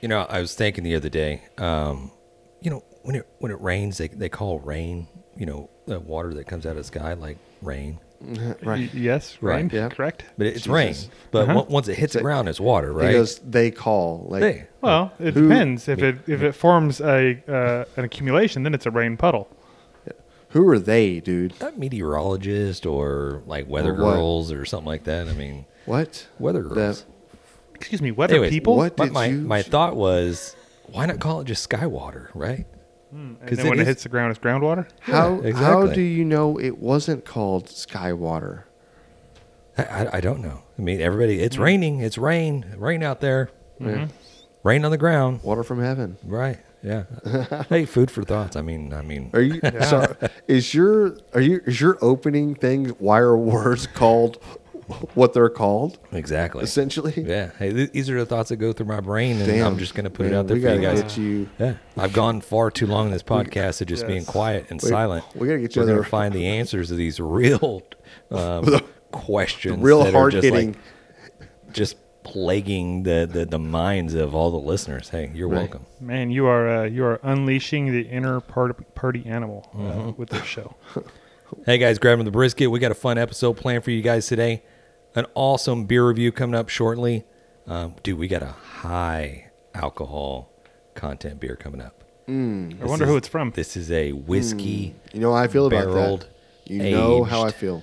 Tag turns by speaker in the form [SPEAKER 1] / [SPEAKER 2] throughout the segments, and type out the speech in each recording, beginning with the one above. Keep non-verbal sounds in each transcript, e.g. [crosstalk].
[SPEAKER 1] You know, I was thinking the other day. Um, you know, when it when it rains, they they call rain. You know, the water that comes out of the sky like rain,
[SPEAKER 2] Y-
[SPEAKER 3] right.
[SPEAKER 2] Yes,
[SPEAKER 1] Right.
[SPEAKER 2] rain.
[SPEAKER 3] Yeah.
[SPEAKER 2] Correct.
[SPEAKER 1] but it, it's
[SPEAKER 3] Jesus.
[SPEAKER 1] rain. But
[SPEAKER 2] Uh-huh.
[SPEAKER 1] on- once it hits the ground, it's water, right?
[SPEAKER 3] Because they call like
[SPEAKER 1] Hey,
[SPEAKER 2] Well, it
[SPEAKER 3] Who-
[SPEAKER 2] depends. If it if it forms a uh, an accumulation, then it's a rain puddle.
[SPEAKER 3] who are they, dude?
[SPEAKER 1] not meteorologist or like weather
[SPEAKER 3] Or what?
[SPEAKER 1] girls or something like that. I mean,
[SPEAKER 3] What?
[SPEAKER 1] weather
[SPEAKER 3] The-
[SPEAKER 1] girls.
[SPEAKER 2] Excuse me, weather
[SPEAKER 1] Anyways,
[SPEAKER 2] people.
[SPEAKER 3] what?
[SPEAKER 1] my,
[SPEAKER 3] did
[SPEAKER 1] my,
[SPEAKER 3] you-
[SPEAKER 1] my thought was, why not call it just Skywater, right?
[SPEAKER 2] And
[SPEAKER 1] 'Cause
[SPEAKER 2] then
[SPEAKER 1] it
[SPEAKER 2] when it
[SPEAKER 1] is-
[SPEAKER 2] hits the ground, it's groundwater.
[SPEAKER 3] how
[SPEAKER 1] Yeah,
[SPEAKER 3] how
[SPEAKER 1] exactly.
[SPEAKER 3] do you know it wasn't called Skywater?
[SPEAKER 1] I, I, I don't know. I mean, everybody,
[SPEAKER 3] Mm.
[SPEAKER 1] it's raining. It's rain. Rain out there.
[SPEAKER 3] Yeah.
[SPEAKER 1] Rain on the ground.
[SPEAKER 3] Water from heaven.
[SPEAKER 1] Right.
[SPEAKER 3] [laughs]
[SPEAKER 1] Yeah. hey, food for thoughts. I mean, I mean,
[SPEAKER 3] Are
[SPEAKER 1] [laughs]
[SPEAKER 3] you so is your are you is your opening thing why are words [laughs] called what they're called?
[SPEAKER 1] exactly.
[SPEAKER 3] Essentially?
[SPEAKER 1] Yeah. Hey, th- these are the thoughts that go through my brain, and I'm just going to put it
[SPEAKER 3] man,
[SPEAKER 1] out there
[SPEAKER 3] we
[SPEAKER 1] for you
[SPEAKER 3] gotta
[SPEAKER 1] guys.
[SPEAKER 3] Get you
[SPEAKER 1] Yeah, I've gone far too long in this podcast of just being
[SPEAKER 2] Yes.
[SPEAKER 1] quiet and silent.
[SPEAKER 3] we gotta get you
[SPEAKER 1] We're gonna
[SPEAKER 3] another-
[SPEAKER 1] find the answers to these
[SPEAKER 3] [laughs]
[SPEAKER 1] real um, questions,
[SPEAKER 3] real
[SPEAKER 1] that are just
[SPEAKER 3] hard-hitting-
[SPEAKER 1] like, just plaguing the, the the minds of all the listeners. Hey, you're welcome.
[SPEAKER 2] Man, you are uh, you are unleashing the inner part, party animal uh,
[SPEAKER 1] Mm-hmm.
[SPEAKER 2] with this
[SPEAKER 3] [laughs]
[SPEAKER 2] show.
[SPEAKER 1] Hey guys, grabbing the brisket. We got a fun episode planned for you guys today. An awesome beer review coming up shortly. Um, dude, we got a high alcohol content beer coming up.
[SPEAKER 2] I wonder who it's from.
[SPEAKER 1] This is a whiskey.
[SPEAKER 3] you know how I feel about
[SPEAKER 1] barreled,
[SPEAKER 3] that. You know how I
[SPEAKER 1] aged.
[SPEAKER 3] feel.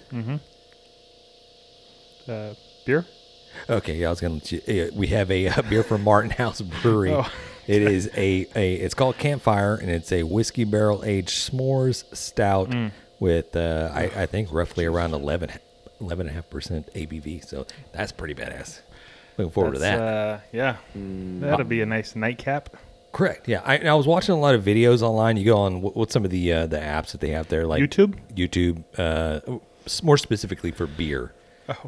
[SPEAKER 2] Uh, beer.
[SPEAKER 1] Okay, yeah, I was gonna. let you- yeah, We have a, [laughs] uh beer from Martin House Brewery.
[SPEAKER 2] Oh.
[SPEAKER 1] It is a, a it's called Campfire, and it's a whiskey barrel aged s'mores stout
[SPEAKER 2] Mm.
[SPEAKER 1] with uh, I, I think roughly around 11, 11.5 percent ABV. So that's pretty badass. Looking forward to
[SPEAKER 2] That's,
[SPEAKER 1] that.
[SPEAKER 2] Uh, yeah,
[SPEAKER 3] Mm.
[SPEAKER 2] that'll be a nice nightcap.
[SPEAKER 1] Correct. Yeah, I, and I was watching a lot of videos online. You go on what, what's some of the uh, the apps that they have there, like
[SPEAKER 2] YouTube?
[SPEAKER 1] YouTube, uh, s- more specifically for beer,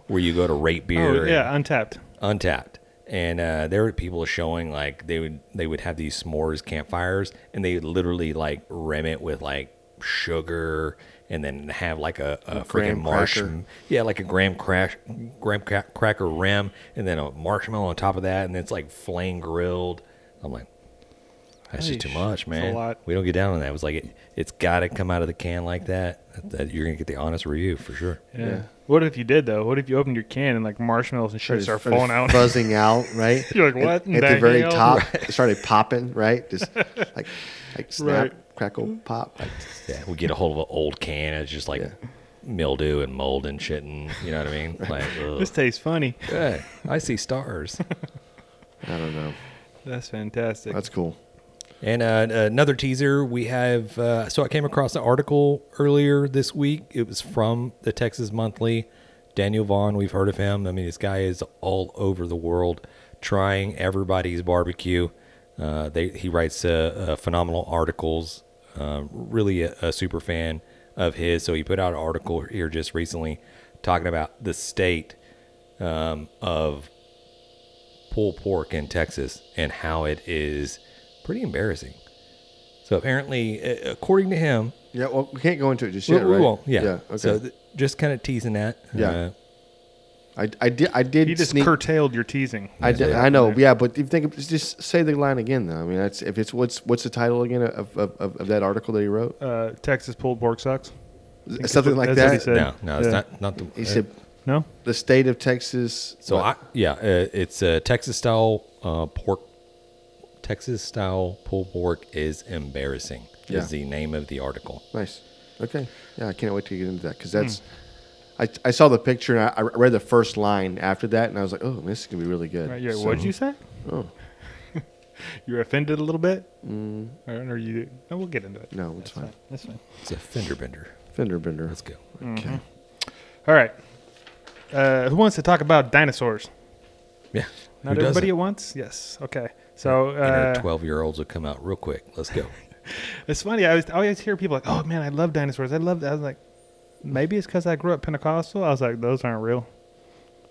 [SPEAKER 1] where you go to rate beer.
[SPEAKER 2] Oh
[SPEAKER 1] and-
[SPEAKER 2] yeah, untapped.
[SPEAKER 1] untapped and uh, there were people showing like they would they would have these s'mores campfires and they would literally like rim it with like sugar and then have like a, a freaking
[SPEAKER 3] graham
[SPEAKER 1] marshmallow
[SPEAKER 3] cracker.
[SPEAKER 1] yeah like a graham crash graham cra- cracker rim and then a marshmallow on top of that and it's like flame grilled i'm like that's just too
[SPEAKER 2] Eesh,
[SPEAKER 1] much
[SPEAKER 2] that's a
[SPEAKER 1] man
[SPEAKER 2] lot.
[SPEAKER 1] we don't get down on that it was like it, it's gotta come out of the can like that, that, that you're gonna get the honest review for sure
[SPEAKER 2] Yeah. What if you did though? What if you opened your can and like marshmallows and shit start falling out?
[SPEAKER 3] Buzzing out, right?
[SPEAKER 2] You're like,
[SPEAKER 3] And
[SPEAKER 2] "What in
[SPEAKER 3] At,
[SPEAKER 2] the
[SPEAKER 3] the very
[SPEAKER 2] hell?"
[SPEAKER 3] top,
[SPEAKER 2] [laughs]
[SPEAKER 3] it started popping, right? Just like like snap,
[SPEAKER 2] Right.
[SPEAKER 3] crackle, pop. Like,
[SPEAKER 1] Yeah, we get a hold of an old can. It's just like mildew and mold and shit, and you know what I mean. Like, ugh.
[SPEAKER 2] [laughs] This tastes funny.
[SPEAKER 1] Hey, I see stars.
[SPEAKER 3] I don't know.
[SPEAKER 2] That's fantastic.
[SPEAKER 3] That's cool.
[SPEAKER 1] and uh, another teaser we have. Uh, so I came across an article earlier this week. It was from the Texas Monthly. Daniel Vaughn, we've heard of him. I mean, this guy is all over the world trying everybody's barbecue. Uh, they he writes uh, uh, phenomenal articles. Um, really a, a super fan of his. So he put out an article here just recently talking about the state um, of pulled pork in Texas and how it is pretty embarrassing. So apparently, a- according to him,
[SPEAKER 3] Yeah, well, we can't go into it just
[SPEAKER 1] we-
[SPEAKER 3] yet,
[SPEAKER 1] we
[SPEAKER 3] right?
[SPEAKER 1] won't. Yeah.
[SPEAKER 3] okay.
[SPEAKER 1] So th- just kind of teasing that.
[SPEAKER 3] Yeah.
[SPEAKER 1] Uh,
[SPEAKER 3] I, I did. I did.
[SPEAKER 2] you just
[SPEAKER 3] sneak,
[SPEAKER 2] curtailed your teasing.
[SPEAKER 3] I, did, I know. Yeah, but if you think of- just say the line again, though. I mean, that's if it's what's what's the title again of of, of, of that article that he wrote?
[SPEAKER 2] Uh, Texas pulled pork socks. that's
[SPEAKER 3] Something
[SPEAKER 2] what-
[SPEAKER 3] like
[SPEAKER 2] that's what
[SPEAKER 3] that.
[SPEAKER 2] he said.
[SPEAKER 1] no, no, it's
[SPEAKER 2] Yeah.
[SPEAKER 1] not not the. uh,
[SPEAKER 3] He said
[SPEAKER 2] No.
[SPEAKER 3] the state of Texas.
[SPEAKER 1] so
[SPEAKER 3] what?
[SPEAKER 1] I, yeah, uh, it's a Texas style uh, pork. Texas style pulled pork is embarrassing.
[SPEAKER 3] Yeah.
[SPEAKER 1] Is the name of the article.
[SPEAKER 3] Nice. Okay. Yeah, I can't wait to get into that because
[SPEAKER 2] Hmm.
[SPEAKER 3] that's. I, I saw the picture and I, I read the first line after that and I was like, oh, this is gonna be really good.
[SPEAKER 2] Right, yeah,
[SPEAKER 3] So-
[SPEAKER 2] what'd you say?
[SPEAKER 3] Oh.
[SPEAKER 2] [laughs] you were offended a little bit? Mm. Or, or you? No, we'll get into it.
[SPEAKER 3] No,
[SPEAKER 2] That's
[SPEAKER 3] it's
[SPEAKER 2] fine.
[SPEAKER 3] fine.
[SPEAKER 2] That's fine.
[SPEAKER 1] It's a fender bender.
[SPEAKER 3] Fender bender.
[SPEAKER 1] Let's go.
[SPEAKER 3] Okay.
[SPEAKER 2] All right. Uh, who wants to talk about dinosaurs?
[SPEAKER 1] Yeah.
[SPEAKER 2] Not
[SPEAKER 1] Who
[SPEAKER 2] everybody
[SPEAKER 1] doesn't?
[SPEAKER 2] at once. Yes. Okay. So
[SPEAKER 1] And our
[SPEAKER 2] uh,
[SPEAKER 1] twelve-year-olds will come out real quick. Let's
[SPEAKER 3] [laughs]
[SPEAKER 1] go.
[SPEAKER 2] it's funny. I, was, I always hear people like, "Oh man, I love dinosaurs. I love." that." I was like, maybe it's because I grew up Pentecostal. I was like, those aren't real.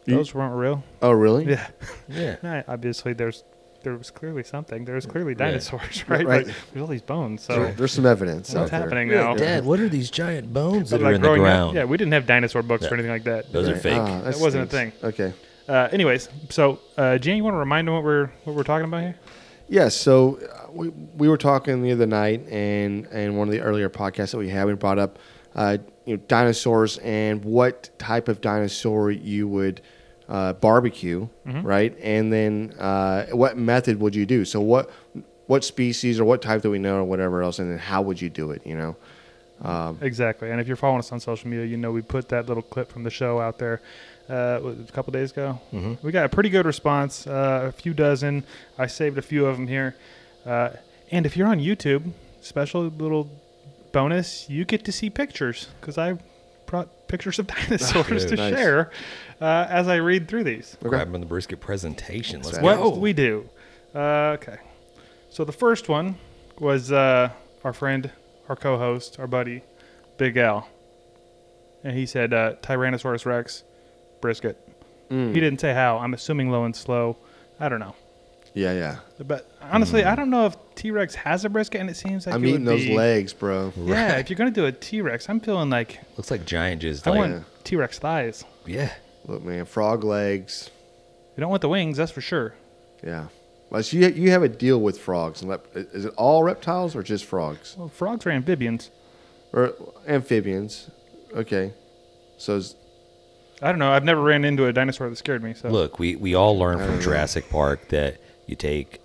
[SPEAKER 3] You-
[SPEAKER 2] Those weren't real.
[SPEAKER 3] Oh, really?
[SPEAKER 2] Yeah.
[SPEAKER 1] yeah.
[SPEAKER 2] No, obviously, there's there was clearly something. There was clearly dinosaurs, [laughs] right? Like,
[SPEAKER 3] right.
[SPEAKER 2] there's all these bones. So
[SPEAKER 3] There- There's some evidence.
[SPEAKER 2] what's
[SPEAKER 3] out there.
[SPEAKER 2] happening now?
[SPEAKER 1] what are these giant bones
[SPEAKER 2] But, like, growing up, yeah, we didn't have dinosaur books or anything like that.
[SPEAKER 1] Those are
[SPEAKER 3] Right.
[SPEAKER 1] fake.
[SPEAKER 3] Ah,
[SPEAKER 2] That wasn't a
[SPEAKER 3] stinks. Okay.
[SPEAKER 2] Uh, anyways, so uh, Jan, you want to remind them what we're what we're talking about here?
[SPEAKER 3] Yeah, so uh, we, we were talking the other night, and and one of the earlier podcasts that we had, we brought up uh, you know dinosaurs and what type of dinosaur you would uh, barbecue, right? And then uh, what method would you do? So what what species or what type that we know or whatever else, and then how would you do it? You know,
[SPEAKER 2] Exactly. And if you're following us on social media, you know we put that little clip from the show out there uh, was it a couple days ago. Mm-hmm. We got a pretty good response, uh, a few dozen. I saved a few of them here. Uh, and if you're on YouTube, special little bonus, you get to see pictures because I brought pictures of [laughs] dinosaurs
[SPEAKER 1] Dude,
[SPEAKER 2] to
[SPEAKER 3] nice.
[SPEAKER 2] share uh, as I read through these.
[SPEAKER 1] We're grabbing the brisket presentation. Let's
[SPEAKER 3] That's
[SPEAKER 1] go.
[SPEAKER 3] right.
[SPEAKER 2] What we do. Uh, okay. So the first one was uh, our friend, our co host, our buddy, Big Al. And he said uh, Tyrannosaurus Rex brisket.
[SPEAKER 3] Mm.
[SPEAKER 2] He didn't say how. I'm assuming low and slow. I don't know.
[SPEAKER 3] yeah, yeah.
[SPEAKER 2] But honestly, I don't know if T Rex has a brisket, and it seems like
[SPEAKER 3] I'm
[SPEAKER 2] it
[SPEAKER 3] eating
[SPEAKER 2] would
[SPEAKER 3] Mm. those
[SPEAKER 2] be-
[SPEAKER 3] legs, bro.
[SPEAKER 2] [laughs] Yeah, if you're gonna do a T Rex, I'm feeling like
[SPEAKER 1] Looks like giant jizz.
[SPEAKER 3] Oh,
[SPEAKER 2] I
[SPEAKER 1] Like,
[SPEAKER 2] want T Rex thighs.
[SPEAKER 1] yeah.
[SPEAKER 3] Look, man, frog legs.
[SPEAKER 2] You don't want the wings, that's for sure.
[SPEAKER 3] Yeah. Well, so you, you have a deal with frogs. and lep- Is it all reptiles or just frogs
[SPEAKER 2] Well, frogs are amphibians.
[SPEAKER 3] or amphibians? Okay. So is,
[SPEAKER 2] I don't know. I've never ran into a dinosaur that scared me. So
[SPEAKER 1] Look, we, we all learned
[SPEAKER 2] Uh.
[SPEAKER 1] from Jurassic Park that you take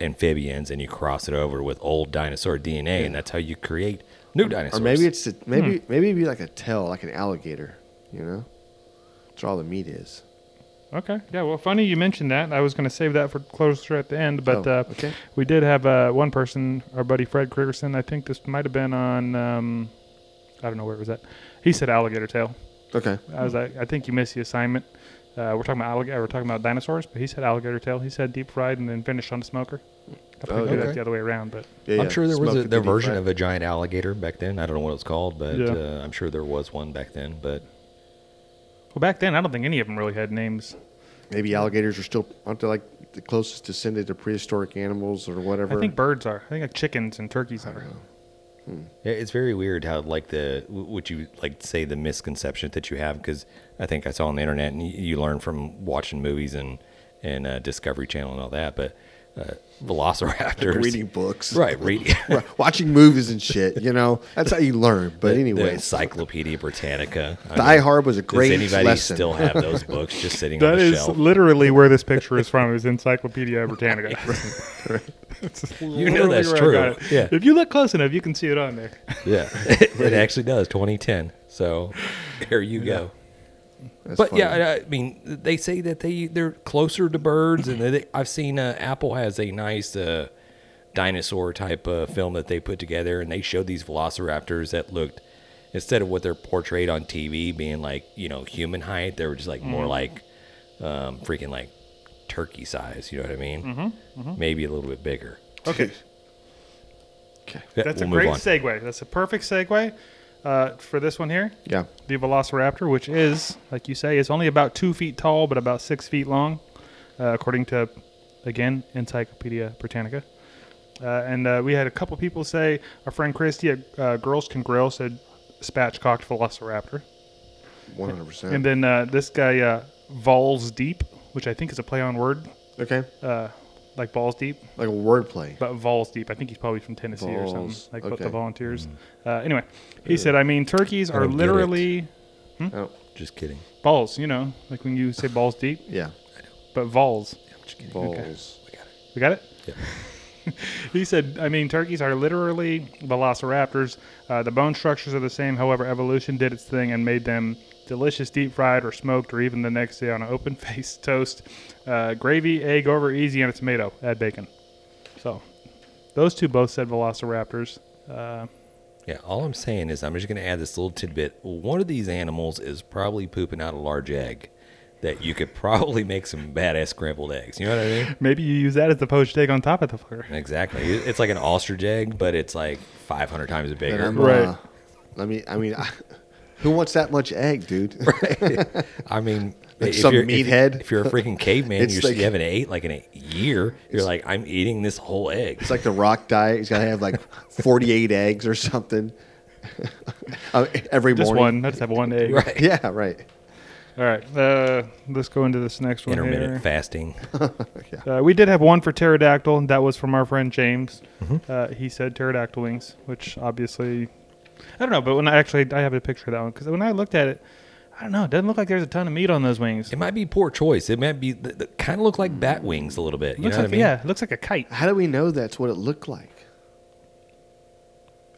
[SPEAKER 1] amphibians and you cross it over with old dinosaur DNA, and that's how you create new
[SPEAKER 3] or
[SPEAKER 1] dinosaurs.
[SPEAKER 3] maybe it's
[SPEAKER 1] Hmm.
[SPEAKER 3] a, maybe maybe it'd be like a tail, like an alligator. You know, that's where all the meat is.
[SPEAKER 2] Okay. Yeah. Well, funny you mentioned that. I was going to save that for closer at the end, but
[SPEAKER 3] Oh,
[SPEAKER 2] uh,
[SPEAKER 3] okay.
[SPEAKER 2] we did have uh, one person, our buddy Fred Krigerson. I think this might have been on. Um, I don't know where it was at. He said alligator tail.
[SPEAKER 3] Okay.
[SPEAKER 2] I was like, I think you missed the assignment. Uh, we're talking about alligator. We're talking about dinosaurs, but he said alligator tail. He said deep fried and then finished on the smoker. I probably
[SPEAKER 3] Oh,
[SPEAKER 2] did that
[SPEAKER 1] okay.
[SPEAKER 2] the other way around, but
[SPEAKER 3] Yeah,
[SPEAKER 1] I'm
[SPEAKER 3] yeah.
[SPEAKER 1] sure there was
[SPEAKER 3] Smoked
[SPEAKER 1] a,
[SPEAKER 3] the
[SPEAKER 1] their
[SPEAKER 3] deep
[SPEAKER 1] version
[SPEAKER 3] fry.
[SPEAKER 1] of a giant alligator back then. I don't know what it's called, but
[SPEAKER 2] Yeah.
[SPEAKER 1] uh, I'm sure there was one back then. But
[SPEAKER 2] well, back then I don't think any of them really had names.
[SPEAKER 3] maybe alligators are still aren't they like the closest descendant to prehistoric animals or whatever.
[SPEAKER 2] I think birds are. I think like chickens and turkeys are.
[SPEAKER 1] Yeah, it's very weird how like the what you like say the misconception that you have because I think I saw on the internet and you, you learn from watching movies and and uh, Discovery Channel and all that, but uh, Velociraptors
[SPEAKER 3] reading books,
[SPEAKER 1] right? Reading
[SPEAKER 3] [laughs] Right, Watching movies and shit. You know, that's how you learn. But
[SPEAKER 1] the
[SPEAKER 3] anyways,
[SPEAKER 1] Encyclopedia Britannica. I
[SPEAKER 3] Die
[SPEAKER 1] mean,
[SPEAKER 3] Hard was a
[SPEAKER 1] Does
[SPEAKER 3] great
[SPEAKER 1] anybody
[SPEAKER 3] lesson.
[SPEAKER 1] still
[SPEAKER 3] [laughs]
[SPEAKER 1] have those books just sitting on
[SPEAKER 2] That
[SPEAKER 1] the
[SPEAKER 2] is
[SPEAKER 1] shelf?
[SPEAKER 2] literally where this picture is from. Is Encyclopedia
[SPEAKER 1] [laughs]
[SPEAKER 2] Britannica.
[SPEAKER 1] You know that's true. Yeah.
[SPEAKER 2] If you look close enough, you can see it on there.
[SPEAKER 1] yeah, [laughs] it actually does. 2010. So there you go.
[SPEAKER 3] That's
[SPEAKER 1] but
[SPEAKER 3] funny.
[SPEAKER 1] yeah, I- I mean, they say that they they're closer to birds, and they, I've seen uh, Apple has a nice uh, dinosaur type uh, film that they put together, and they showed these velociraptors that looked instead of what they're portrayed on TV being like you know human height, they were just like
[SPEAKER 2] Mm-hmm.
[SPEAKER 1] more like um, freaking like turkey size. You know what I mean?
[SPEAKER 2] Mm-hmm,
[SPEAKER 1] Maybe a little bit bigger. [laughs]
[SPEAKER 2] Okay,
[SPEAKER 3] okay.
[SPEAKER 1] Yeah,
[SPEAKER 2] that's
[SPEAKER 1] we'll
[SPEAKER 2] a
[SPEAKER 1] move
[SPEAKER 2] great
[SPEAKER 1] on.
[SPEAKER 2] segue. That's a perfect segue uh, for this one here.
[SPEAKER 3] Yeah.
[SPEAKER 2] The Velociraptor, which is, like you say, is only about two feet tall, but about six feet long, uh, according to, again, Encyclopedia Britannica. Uh, and uh, we had a couple people say our friend Christy at uh, Girls Can Grill said spatchcocked Velociraptor.
[SPEAKER 3] One hundred
[SPEAKER 2] And
[SPEAKER 3] percent.
[SPEAKER 2] then uh, this guy, uh, Vols Deep, which I think is a play on word,
[SPEAKER 3] Okay,
[SPEAKER 2] uh, like balls deep,
[SPEAKER 3] like a wordplay.
[SPEAKER 2] but Vols Deep. I think he's probably from Tennessee or
[SPEAKER 3] Vols,
[SPEAKER 2] something, like
[SPEAKER 3] okay.
[SPEAKER 2] the volunteers. Uh, anyway, he said, I mean, turkeys are
[SPEAKER 1] don't get it.
[SPEAKER 2] literally
[SPEAKER 3] Oh,
[SPEAKER 1] Just kidding.
[SPEAKER 2] balls, you know, like when you say balls deep,
[SPEAKER 3] yeah.
[SPEAKER 2] but Vols.
[SPEAKER 1] I'm just kidding.
[SPEAKER 3] Balls.
[SPEAKER 1] We got it.
[SPEAKER 2] We got it?
[SPEAKER 1] Yeah.
[SPEAKER 2] [laughs] He said, I mean, turkeys are literally velociraptors. Uh, the bone structures are the same. However, evolution did its thing and made them delicious deep fried or smoked or even the next day on an open [laughs] faced toast. Uh, gravy, egg over easy, and a tomato. Add bacon. So those two both said velociraptors. Uh,
[SPEAKER 1] Yeah, all I'm saying is I'm just going to add this little tidbit. One of these animals is probably pooping out a large egg that you could [laughs] probably make some badass scrambled eggs. You know what I mean?
[SPEAKER 2] maybe you use that as the poached egg on top of the fucker.
[SPEAKER 1] Exactly. It- It's like an ostrich egg, but it's like 500 times
[SPEAKER 3] And
[SPEAKER 1] bigger.
[SPEAKER 3] I'm,
[SPEAKER 2] Right.
[SPEAKER 3] uh, I mean, I mean, [laughs] who wants that much egg, dude? [laughs]
[SPEAKER 1] I mean,
[SPEAKER 3] Like some
[SPEAKER 1] you're,
[SPEAKER 3] meathead.
[SPEAKER 1] If, you're a freaking
[SPEAKER 3] [laughs]
[SPEAKER 1] caveman,
[SPEAKER 3] It's
[SPEAKER 1] you're,
[SPEAKER 3] like-
[SPEAKER 1] you haven't ate like in a year. You're like, I'm eating this whole egg.
[SPEAKER 3] It's like the Rock diet. He's got to have like
[SPEAKER 2] [laughs]
[SPEAKER 3] forty-eight eggs or something [laughs] uh, every
[SPEAKER 2] Just
[SPEAKER 3] morning.
[SPEAKER 1] [laughs]
[SPEAKER 2] one. I just have one egg.
[SPEAKER 1] Right.
[SPEAKER 3] Yeah, right.
[SPEAKER 2] All right, uh, let's go into this next one.
[SPEAKER 1] Intermittent
[SPEAKER 2] here.
[SPEAKER 1] fasting.
[SPEAKER 2] Uh, we did have one for pterodactyl, and that was from our friend James. Uh, he said pterodactyl wings, which obviously, I don't know. But when I actually, I have a picture of that one because when I looked at it, I don't know. It doesn't look like there's a ton of meat on those wings.
[SPEAKER 1] It might be poor choice. It might be th- th- kind of look like bat wings a little bit. You
[SPEAKER 2] looks
[SPEAKER 1] know what I
[SPEAKER 2] like
[SPEAKER 1] mean?
[SPEAKER 2] yeah, it looks like a kite.
[SPEAKER 3] How do we know that's what it looked like?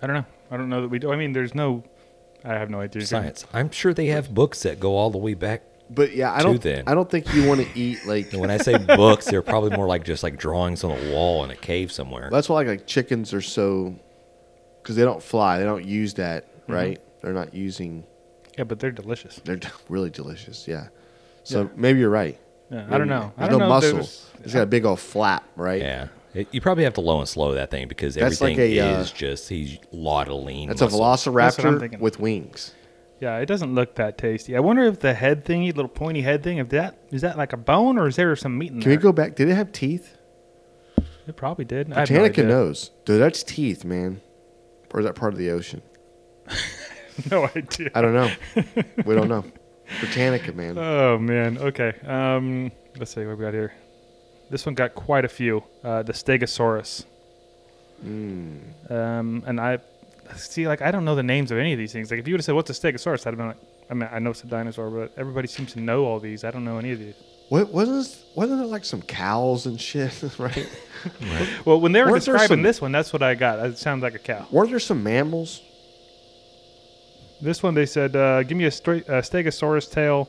[SPEAKER 2] I don't know. I don't know that we do. I mean, there's no. I have no idea.
[SPEAKER 1] Science. I'm sure they have books that go all the way back.
[SPEAKER 3] But yeah, I
[SPEAKER 1] Too
[SPEAKER 3] don't.
[SPEAKER 1] thin.
[SPEAKER 3] I don't think you want to eat like.
[SPEAKER 1] And when I say books, they're probably more like just like drawings on a wall in a cave somewhere.
[SPEAKER 3] that's why like, like chickens are so, because they don't fly. They don't use that,
[SPEAKER 2] Mm-hmm.
[SPEAKER 3] right? They're not using.
[SPEAKER 2] Yeah, but they're delicious.
[SPEAKER 3] They're d- [laughs] really delicious. Yeah. So maybe you're right.
[SPEAKER 2] Yeah, I don't know.
[SPEAKER 3] There's
[SPEAKER 2] I don't
[SPEAKER 3] no
[SPEAKER 2] know if there
[SPEAKER 3] muscle.
[SPEAKER 2] was-
[SPEAKER 3] it's got a big old flap, right?
[SPEAKER 1] Yeah. It- you probably have to low and slow that thing because
[SPEAKER 3] That's like
[SPEAKER 1] everything
[SPEAKER 3] a, uh,
[SPEAKER 1] is just he's lot of lean.
[SPEAKER 3] That's
[SPEAKER 1] muscle.
[SPEAKER 3] a velociraptor
[SPEAKER 2] thinking.
[SPEAKER 3] with wings.
[SPEAKER 2] Yeah, it doesn't look that tasty. I wonder if the head thingy, little pointy head thing, if that is that like a bone or is there some meat in
[SPEAKER 3] Can
[SPEAKER 2] there?
[SPEAKER 3] we go back? Did it have teeth?
[SPEAKER 2] It probably did. I have no
[SPEAKER 3] Britannica
[SPEAKER 2] idea.
[SPEAKER 3] knows. Dude, that's teeth, man. Or is that part of the ocean?
[SPEAKER 2] [laughs] No idea.
[SPEAKER 3] I don't know.
[SPEAKER 2] [laughs]
[SPEAKER 3] we don't know. Britannica, man.
[SPEAKER 2] Oh man. Okay. Um, let's see what we got here. This one got quite a few. Uh, the Stegosaurus. Um, and I see, like, I don't know the names of any of these things. Like, if you would have said, "What's a Stegosaurus?" I'd have been like, I mean, I know it's a dinosaur, but everybody seems to know all these. I don't know any of these.
[SPEAKER 3] What wasn't wasn't it like some cows and shit, [laughs] right?
[SPEAKER 2] Well, when they were
[SPEAKER 3] Weren't there
[SPEAKER 2] describing
[SPEAKER 3] some-
[SPEAKER 2] this one, that's what I got. It sounds like a cow.
[SPEAKER 3] Weren't there some mammals?
[SPEAKER 2] This one they said, uh, "Give me a, straight, a Stegosaurus tail,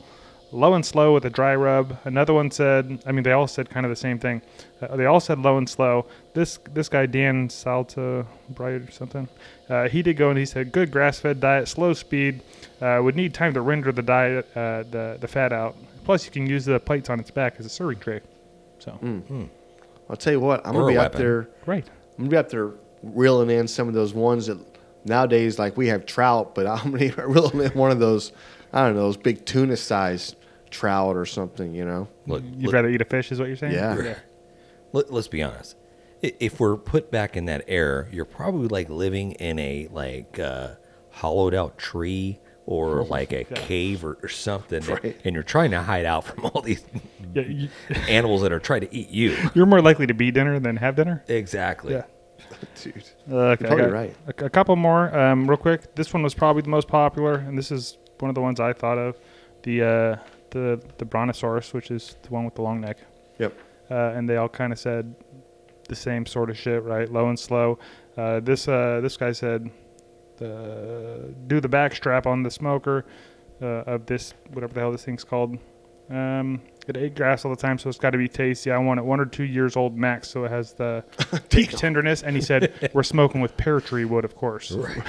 [SPEAKER 2] low and slow with a dry rub." Another one said, "I mean, they all said kind of the same thing. Uh, they all said low and slow." This this guy Dan Salta Bright or something, uh, he did go and he said, "Good grass-fed diet, slow speed. Uh, would need time to render the diet uh, the the fat out. Plus, you can use the plates on its back as a serving tray." So
[SPEAKER 3] I'll tell you what, I'm
[SPEAKER 1] Or
[SPEAKER 3] gonna
[SPEAKER 1] a
[SPEAKER 3] be out
[SPEAKER 1] weapon.
[SPEAKER 3] there
[SPEAKER 2] right.
[SPEAKER 3] I'm gonna be out there reeling in some of those ones that nowadays like we have trout, but [laughs] I'm gonna be reeling in one of those I don't know, those big tuna sized trout or something, you know?
[SPEAKER 1] Look,
[SPEAKER 2] You'd
[SPEAKER 1] look-
[SPEAKER 2] rather eat a fish, is what you're saying?
[SPEAKER 3] Yeah.
[SPEAKER 1] [laughs] Let, us be honest. I- If we're put back in that era, you're probably like living in a like uh, hollowed out tree or like a cave or, or something,
[SPEAKER 3] Right.
[SPEAKER 1] and you're trying to hide out from all these
[SPEAKER 2] Yeah, you- [laughs]
[SPEAKER 1] animals that are trying to eat you.
[SPEAKER 2] You're more likely to be dinner than have dinner.
[SPEAKER 1] Exactly.
[SPEAKER 2] Yeah.
[SPEAKER 3] Dude.
[SPEAKER 2] Uh, okay,
[SPEAKER 3] You're probably
[SPEAKER 2] I got
[SPEAKER 3] right.
[SPEAKER 2] A, a couple more, um, real quick. This one was probably the most popular, and this is one of the ones I thought of. The uh, the the brontosaurus, which is the one with the long neck,
[SPEAKER 3] Yep.
[SPEAKER 2] uh, and they all kind of said the same sort of shit, right? Low and slow. Uh, this uh, this guy said, the, "Do the back strap on the smoker uh, of this whatever the hell this thing's called." Um, it ate grass all the time, so it's got to be tasty. I want it one or two years old max, so it has
[SPEAKER 3] [laughs]
[SPEAKER 2] the peak tenderness. And he said, "We're smoking with pear tree wood, of course." Right. [laughs] I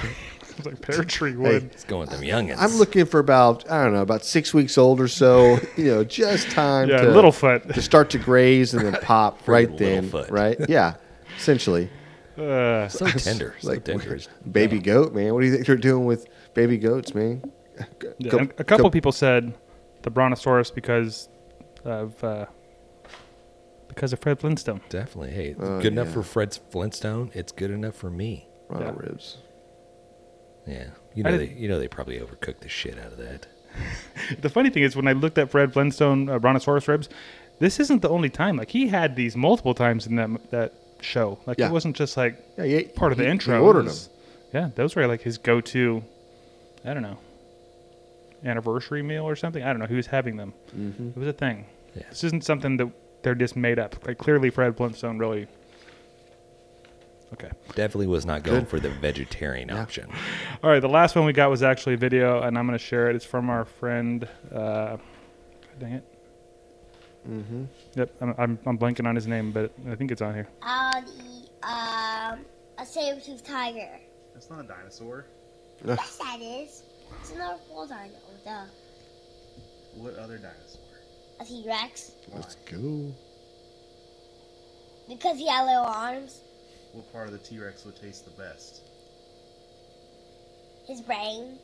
[SPEAKER 2] was like, "Pear tree wood."
[SPEAKER 1] It's going with them youngins.
[SPEAKER 3] I'm looking for about I don't know about six weeks old
[SPEAKER 1] [laughs]
[SPEAKER 3] or so. You know, just time
[SPEAKER 2] yeah,
[SPEAKER 3] to
[SPEAKER 2] Littlefoot.
[SPEAKER 3] to start to graze and
[SPEAKER 1] [laughs]
[SPEAKER 3] then pop right
[SPEAKER 1] Pretty
[SPEAKER 3] then,
[SPEAKER 1] Littlefoot.
[SPEAKER 3] right? Yeah, essentially.
[SPEAKER 2] Uh,
[SPEAKER 3] [laughs]
[SPEAKER 1] so tender, so
[SPEAKER 3] like
[SPEAKER 1] tender.
[SPEAKER 3] [laughs] baby goat, man. What do you think they're doing with baby
[SPEAKER 1] [laughs]
[SPEAKER 3] goats, man?
[SPEAKER 2] Yeah,
[SPEAKER 3] Go-
[SPEAKER 2] and a couple
[SPEAKER 3] go-
[SPEAKER 2] people said the Brontosaurus because of uh, because of Fred Flintstone.
[SPEAKER 1] Definitely. Hey, it's
[SPEAKER 3] Oh,
[SPEAKER 1] good enough
[SPEAKER 3] yeah.
[SPEAKER 1] for Fred Flintstone. It's good enough for me.
[SPEAKER 3] Round of
[SPEAKER 2] Yeah.
[SPEAKER 3] ribs.
[SPEAKER 1] Yeah. You
[SPEAKER 2] I
[SPEAKER 1] know, they,
[SPEAKER 2] didn't-
[SPEAKER 1] you know they probably overcooked the shit out of that.
[SPEAKER 2] The funny thing is, when I looked at Fred Flintstone uh, Brontosaurus ribs, this isn't the only time. Like he had these multiple times in that that show. Like
[SPEAKER 3] Yeah.
[SPEAKER 2] it wasn't just like
[SPEAKER 3] Yeah, he ate-
[SPEAKER 2] part of the
[SPEAKER 3] he- he
[SPEAKER 2] intro.
[SPEAKER 3] ordered
[SPEAKER 2] It was- Yeah, those were like his go-to. I don't know, anniversary meal or something. I don't know. He was having them.
[SPEAKER 3] Mm-hmm.
[SPEAKER 2] It was a thing.
[SPEAKER 1] Yeah.
[SPEAKER 2] This isn't something that they're just made up. Like clearly, Fred Flintstone really. Okay.
[SPEAKER 1] Definitely was not going for the vegetarian option.
[SPEAKER 2] All right, the last one we got was actually a video, and I'm going to share it. It's from our friend. Uh, dang it. Mm-hmm. Yep, I'm, I'm, I'm blanking on his name, but I think it's on here.
[SPEAKER 4] I'll eat Uh, um, a saber-toothed tiger.
[SPEAKER 2] That's not a dinosaur.
[SPEAKER 4] Yes, that is. It's an awful dino, duh.
[SPEAKER 2] What other dinosaur?
[SPEAKER 4] A T-Rex.
[SPEAKER 3] Let's go.
[SPEAKER 4] Because he had little arms.
[SPEAKER 5] What part of the T Rex would taste the best?
[SPEAKER 4] His brain.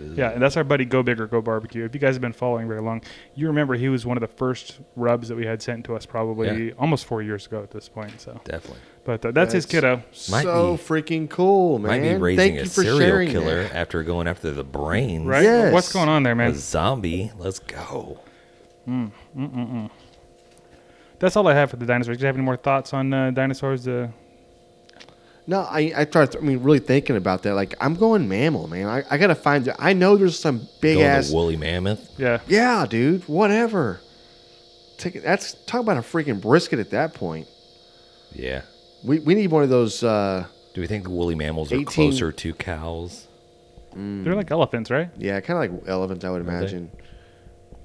[SPEAKER 2] Yeah, and that's our buddy Go Big or Go Barbecue. If you guys have been following very long, you remember he was one of the first rubs that we had sent to us probably
[SPEAKER 1] Yeah.
[SPEAKER 2] almost four years ago at this point. So,
[SPEAKER 1] Definitely.
[SPEAKER 2] but uh, that's his
[SPEAKER 3] That's-
[SPEAKER 2] kiddo.
[SPEAKER 1] Might
[SPEAKER 3] so
[SPEAKER 1] be-
[SPEAKER 3] freaking cool, man.
[SPEAKER 1] Might be
[SPEAKER 3] Thank
[SPEAKER 1] raising
[SPEAKER 3] you
[SPEAKER 1] a
[SPEAKER 3] for
[SPEAKER 1] serial
[SPEAKER 3] sharing
[SPEAKER 1] killer
[SPEAKER 3] that.
[SPEAKER 1] after going after the brains.
[SPEAKER 2] Right?
[SPEAKER 3] Yes.
[SPEAKER 2] What's going on there,
[SPEAKER 1] A
[SPEAKER 2] man?
[SPEAKER 1] zombie. Let's go.
[SPEAKER 2] That's all I have for the dinosaurs. Do you have any more thoughts on uh, dinosaurs? Uh,
[SPEAKER 3] No, I I started. I mean, really thinking about that. Like, I'm going mammal, man. I, I gotta find. I know there's some big
[SPEAKER 1] Going
[SPEAKER 3] ass.
[SPEAKER 1] to woolly mammoth.
[SPEAKER 2] yeah.
[SPEAKER 3] Yeah, dude. Whatever. Take it. That's talk about a freaking brisket at that point.
[SPEAKER 1] Yeah.
[SPEAKER 3] We we need one of those. Uh,
[SPEAKER 1] Do we think the woolly mammals are
[SPEAKER 3] 18.
[SPEAKER 1] closer to cows?
[SPEAKER 2] They're like elephants, right?
[SPEAKER 3] yeah, kind of like elephants. I would
[SPEAKER 1] they?
[SPEAKER 3] imagine.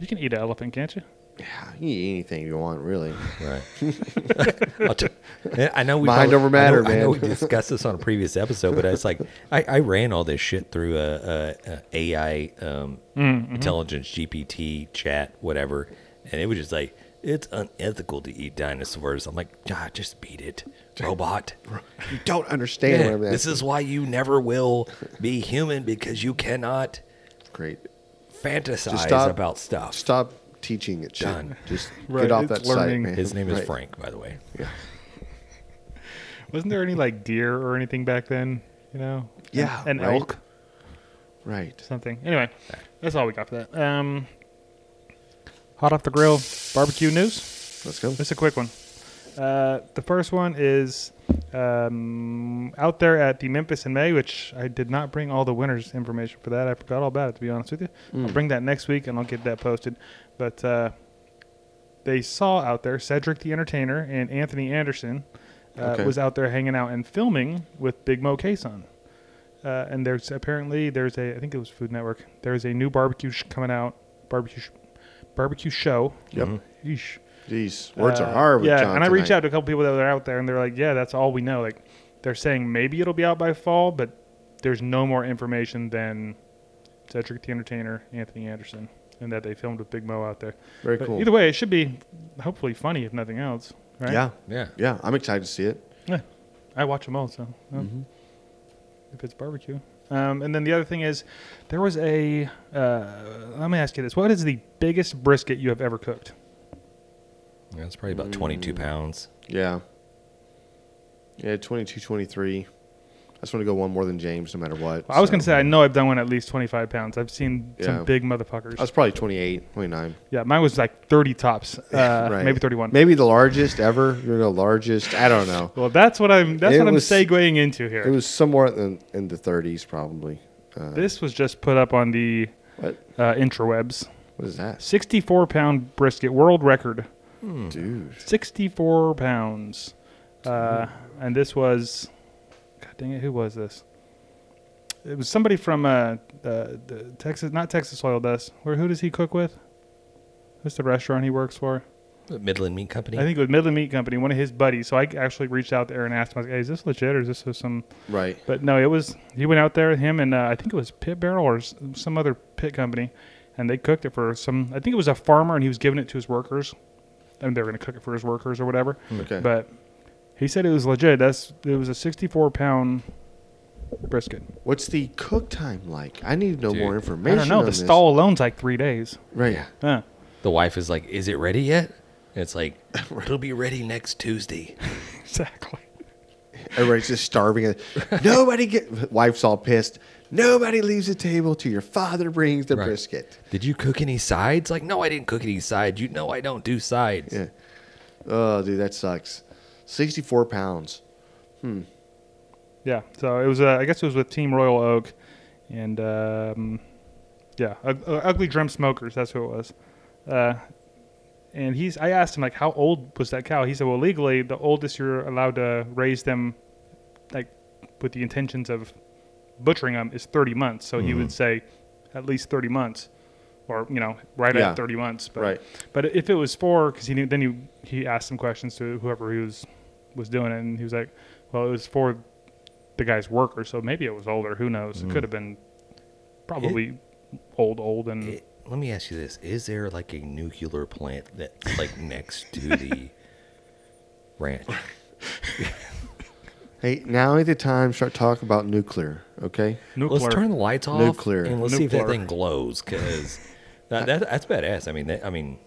[SPEAKER 2] You can eat an elephant, can't you?
[SPEAKER 3] Yeah, you can eat anything you want,
[SPEAKER 1] [laughs]
[SPEAKER 3] really.
[SPEAKER 1] Right. I'll t- I know we
[SPEAKER 3] Mind
[SPEAKER 1] probably-
[SPEAKER 3] over
[SPEAKER 1] I know-
[SPEAKER 3] matter,
[SPEAKER 1] I know,
[SPEAKER 3] man.
[SPEAKER 1] we discussed this on a previous episode, but it's like I, I ran all this shit through a, a, a AI um, intelligence GPT chat, whatever, and it was just like it's unethical to eat dinosaurs. I'm like, ah, just beat it,
[SPEAKER 3] [laughs]
[SPEAKER 1] robot.
[SPEAKER 3] You don't understand.
[SPEAKER 1] Yeah,
[SPEAKER 3] what I'm
[SPEAKER 1] this is why you never will be human because you cannot
[SPEAKER 3] great.
[SPEAKER 1] fantasize
[SPEAKER 3] stop-
[SPEAKER 1] about stuff.
[SPEAKER 3] Stop teaching it. Shit.
[SPEAKER 1] Done.
[SPEAKER 3] Just
[SPEAKER 2] [laughs] Right,
[SPEAKER 3] get off
[SPEAKER 2] it's
[SPEAKER 3] that
[SPEAKER 2] learning.
[SPEAKER 3] site, man.
[SPEAKER 1] His name is
[SPEAKER 3] Right.
[SPEAKER 1] Frank, by the way.
[SPEAKER 3] Yeah.
[SPEAKER 2] Wasn't there any like deer or anything back then? You know?
[SPEAKER 3] Yeah,
[SPEAKER 2] An, an
[SPEAKER 3] right.
[SPEAKER 2] elk,
[SPEAKER 3] Right.
[SPEAKER 2] something. Anyway, that's all we got for that. Um, hot off the grill, barbecue news.
[SPEAKER 3] Let's go.
[SPEAKER 2] It's a quick one. Uh, the first one is um, out there at the Memphis in May, which I did not bring all the winners information for that. I forgot all about it, to be honest with you.
[SPEAKER 3] Mm.
[SPEAKER 2] I'll bring that next week and I'll get that posted. But uh, they saw out there Cedric the Entertainer and Anthony Anderson uh,
[SPEAKER 3] Okay.
[SPEAKER 2] was out there hanging out and filming with Big Mo Kayson. Uh, and there's apparently there's a I think it was Food Network. There's a new barbecue sh- coming out barbecue sh- barbecue show.
[SPEAKER 3] Yep.
[SPEAKER 2] Yeesh.
[SPEAKER 3] These words
[SPEAKER 2] Uh,
[SPEAKER 3] are hard. With
[SPEAKER 2] yeah,
[SPEAKER 3] John
[SPEAKER 2] and I reached
[SPEAKER 3] tonight.
[SPEAKER 2] out to a couple people that are out there, and they're like, "Yeah, that's all we know." Like, they're saying maybe it'll be out by fall, but there's no more information than Cedric the Entertainer, Anthony Anderson, and that they filmed with Big Mo out there.
[SPEAKER 3] Very
[SPEAKER 2] But
[SPEAKER 3] cool.
[SPEAKER 2] Either way, it should be hopefully funny if nothing else, right?
[SPEAKER 3] Yeah.
[SPEAKER 1] Yeah.
[SPEAKER 3] Yeah. I'm excited to see it.
[SPEAKER 2] Yeah, I watch them all, so yeah.
[SPEAKER 3] Mm-hmm.
[SPEAKER 2] if it's barbecue. Um, and then the other thing is, there was a. Uh, let me ask you this: What is the biggest brisket you have ever cooked?
[SPEAKER 1] That's probably
[SPEAKER 3] Mm.
[SPEAKER 1] about 22 pounds.
[SPEAKER 3] Yeah. Yeah, 22, 23. I just want to go one more than James, no matter what.
[SPEAKER 2] Well, I was
[SPEAKER 3] so.
[SPEAKER 2] going to say, I know I've done one at least 25 pounds. I've seen
[SPEAKER 3] Yeah.
[SPEAKER 2] some big motherfuckers.
[SPEAKER 3] I was probably 28, 29.
[SPEAKER 2] yeah, mine was like 30
[SPEAKER 3] [laughs]
[SPEAKER 2] tops, uh,
[SPEAKER 3] Right.
[SPEAKER 2] maybe 31.
[SPEAKER 3] Maybe the largest ever. You're the largest. I don't know.
[SPEAKER 2] Well, that's what I'm. That's
[SPEAKER 3] It
[SPEAKER 2] what I'm
[SPEAKER 3] was-
[SPEAKER 2] segueing into here.
[SPEAKER 3] It was somewhere in, in the 30s, probably. Uh,
[SPEAKER 2] this was just put up on the
[SPEAKER 3] what?
[SPEAKER 2] uh, intrawebs.
[SPEAKER 3] What is that?
[SPEAKER 2] 64 pound brisket world record.
[SPEAKER 1] Hmm.
[SPEAKER 3] Dude.
[SPEAKER 2] 64 pounds. Uh,
[SPEAKER 3] Mm-hmm.
[SPEAKER 2] and this was, God dang it, who was this? It was somebody from uh, uh, the Texas, not Texas Oil Dust. Where who does he cook with? Who's the restaurant he works for?
[SPEAKER 1] Midland Meat Company.
[SPEAKER 2] I think it was Midland Meat Company, one of his buddies. So I actually reached out there and asked him, I was like, hey, is this legit or is this just some.
[SPEAKER 3] Right.
[SPEAKER 2] But no, it was, he went out there with him and uh, I think it was Pit Barrel or s- some other pit company. And they cooked it for some, I think it was a farmer and he was giving it to his workers. And they were going to cook it for his workers or whatever.
[SPEAKER 3] Okay.
[SPEAKER 2] But he said it was legit. That's, it was a 64 pound brisket.
[SPEAKER 3] What's the cook time like? I need to know
[SPEAKER 1] Dude,
[SPEAKER 3] more
[SPEAKER 1] I
[SPEAKER 3] information.
[SPEAKER 2] I don't know.
[SPEAKER 3] on
[SPEAKER 2] The
[SPEAKER 3] this.
[SPEAKER 2] stall alone's like three days.
[SPEAKER 3] Right. Yeah.
[SPEAKER 2] Huh. [laughs]
[SPEAKER 1] the wife is like, "Is it ready yet?" And it's
[SPEAKER 3] [laughs]
[SPEAKER 1] like, "It'll be ready next Tuesday." [laughs]
[SPEAKER 2] Exactly.
[SPEAKER 3] Everybody's just starving. Nobody get. Wife's all pissed. Nobody leaves the table till your father brings the
[SPEAKER 1] Right.
[SPEAKER 3] brisket.
[SPEAKER 1] Did you cook any sides? Like, no, I didn't cook any sides. You know, I don't do sides.
[SPEAKER 3] Yeah. Oh, dude, that sucks. 64 pounds.
[SPEAKER 2] Yeah. So it was. Uh, I guess it was with Team Royal Oak, and um, yeah, Ug- uh, Ugly Drum Smokers. That's who it was. Uh, and he's. I asked him like, how old was that cow? He said, well, legally, the oldest you're allowed to raise them, like, with the intentions of butchering them, is 30 months. So
[SPEAKER 3] Mm-hmm.
[SPEAKER 2] he would say, at least 30 months. Or you know, right
[SPEAKER 3] Yeah.
[SPEAKER 2] at thirty months, but
[SPEAKER 3] Right.
[SPEAKER 2] but if it was four, because he knew, then he he asked some questions to whoever he was was doing it, and he was like, "Well, it was for the guy's worker, so maybe it was older. Who knows? It could have been probably old, old, and
[SPEAKER 1] It- let me ask you this: Is there like a nuclear plant
[SPEAKER 3] [laughs]
[SPEAKER 1] that's like next to the ranch?
[SPEAKER 3] Hey, now ain't the time to start talking about nuclear, okay?
[SPEAKER 2] Nuclear.
[SPEAKER 1] Let's turn the lights off
[SPEAKER 3] Nuclear.
[SPEAKER 1] and let's see if that
[SPEAKER 2] Nuclear.
[SPEAKER 1] thing glows
[SPEAKER 3] [laughs]
[SPEAKER 1] because that, that, that's badass. I mean, that, I mean,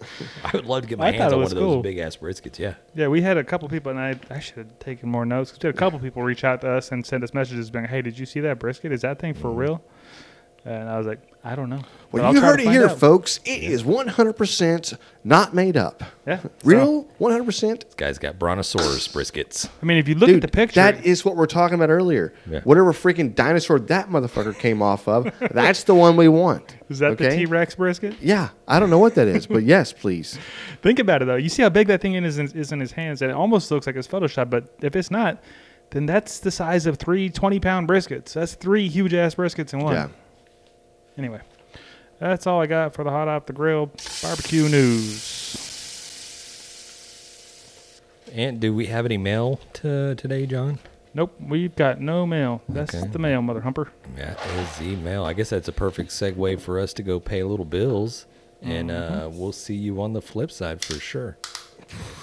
[SPEAKER 1] I would love to get my
[SPEAKER 2] I thought
[SPEAKER 1] hands
[SPEAKER 2] it
[SPEAKER 1] on one
[SPEAKER 2] was
[SPEAKER 1] of
[SPEAKER 2] cool.
[SPEAKER 1] those big ass briskets. Yeah,
[SPEAKER 2] Yeah, we had a couple people, and I, I should have taken more notes. 'cause we had a couple people reach out to us and send us messages being, "Hey, did you see that brisket? Is that thing for real?" And I was like, "I don't know." But
[SPEAKER 3] Well,
[SPEAKER 2] I'll
[SPEAKER 3] you
[SPEAKER 2] try
[SPEAKER 3] heard
[SPEAKER 2] to
[SPEAKER 3] it
[SPEAKER 2] find
[SPEAKER 3] here,
[SPEAKER 2] out.
[SPEAKER 3] folks. It is 100% not made up.
[SPEAKER 2] Yeah, so-
[SPEAKER 3] [laughs] Real 100%.
[SPEAKER 1] this guy's got brontosaurus briskets.
[SPEAKER 2] I mean, if you look at
[SPEAKER 3] Dude,
[SPEAKER 2] the picture,
[SPEAKER 3] that is what we're talking about earlier.
[SPEAKER 1] Yeah.
[SPEAKER 3] Whatever freaking dinosaur that motherfucker came off
[SPEAKER 2] [laughs]
[SPEAKER 3] of, that's the one we want.
[SPEAKER 2] is that the
[SPEAKER 3] okay?
[SPEAKER 2] T Rex brisket?
[SPEAKER 3] Yeah, I don't know what that is,
[SPEAKER 2] [laughs]
[SPEAKER 3] but yes, please.
[SPEAKER 2] Think about it though. You see how big that thing is in, is in his hands, and it almost looks like it's Photoshop. But if it's not, then that's the size of three 20 pound briskets. That's three huge ass briskets in one.
[SPEAKER 3] Yeah.
[SPEAKER 2] Anyway, that's all I got for the hot off the grill barbecue news.
[SPEAKER 1] And do we have any mail to today, John?
[SPEAKER 2] Nope, we've got no mail. That's
[SPEAKER 1] Okay.
[SPEAKER 2] the mail, mother humper.
[SPEAKER 1] That is the mail. I guess that's a perfect segue for us to go pay little bills, and uh, we'll see you on the flip side for sure.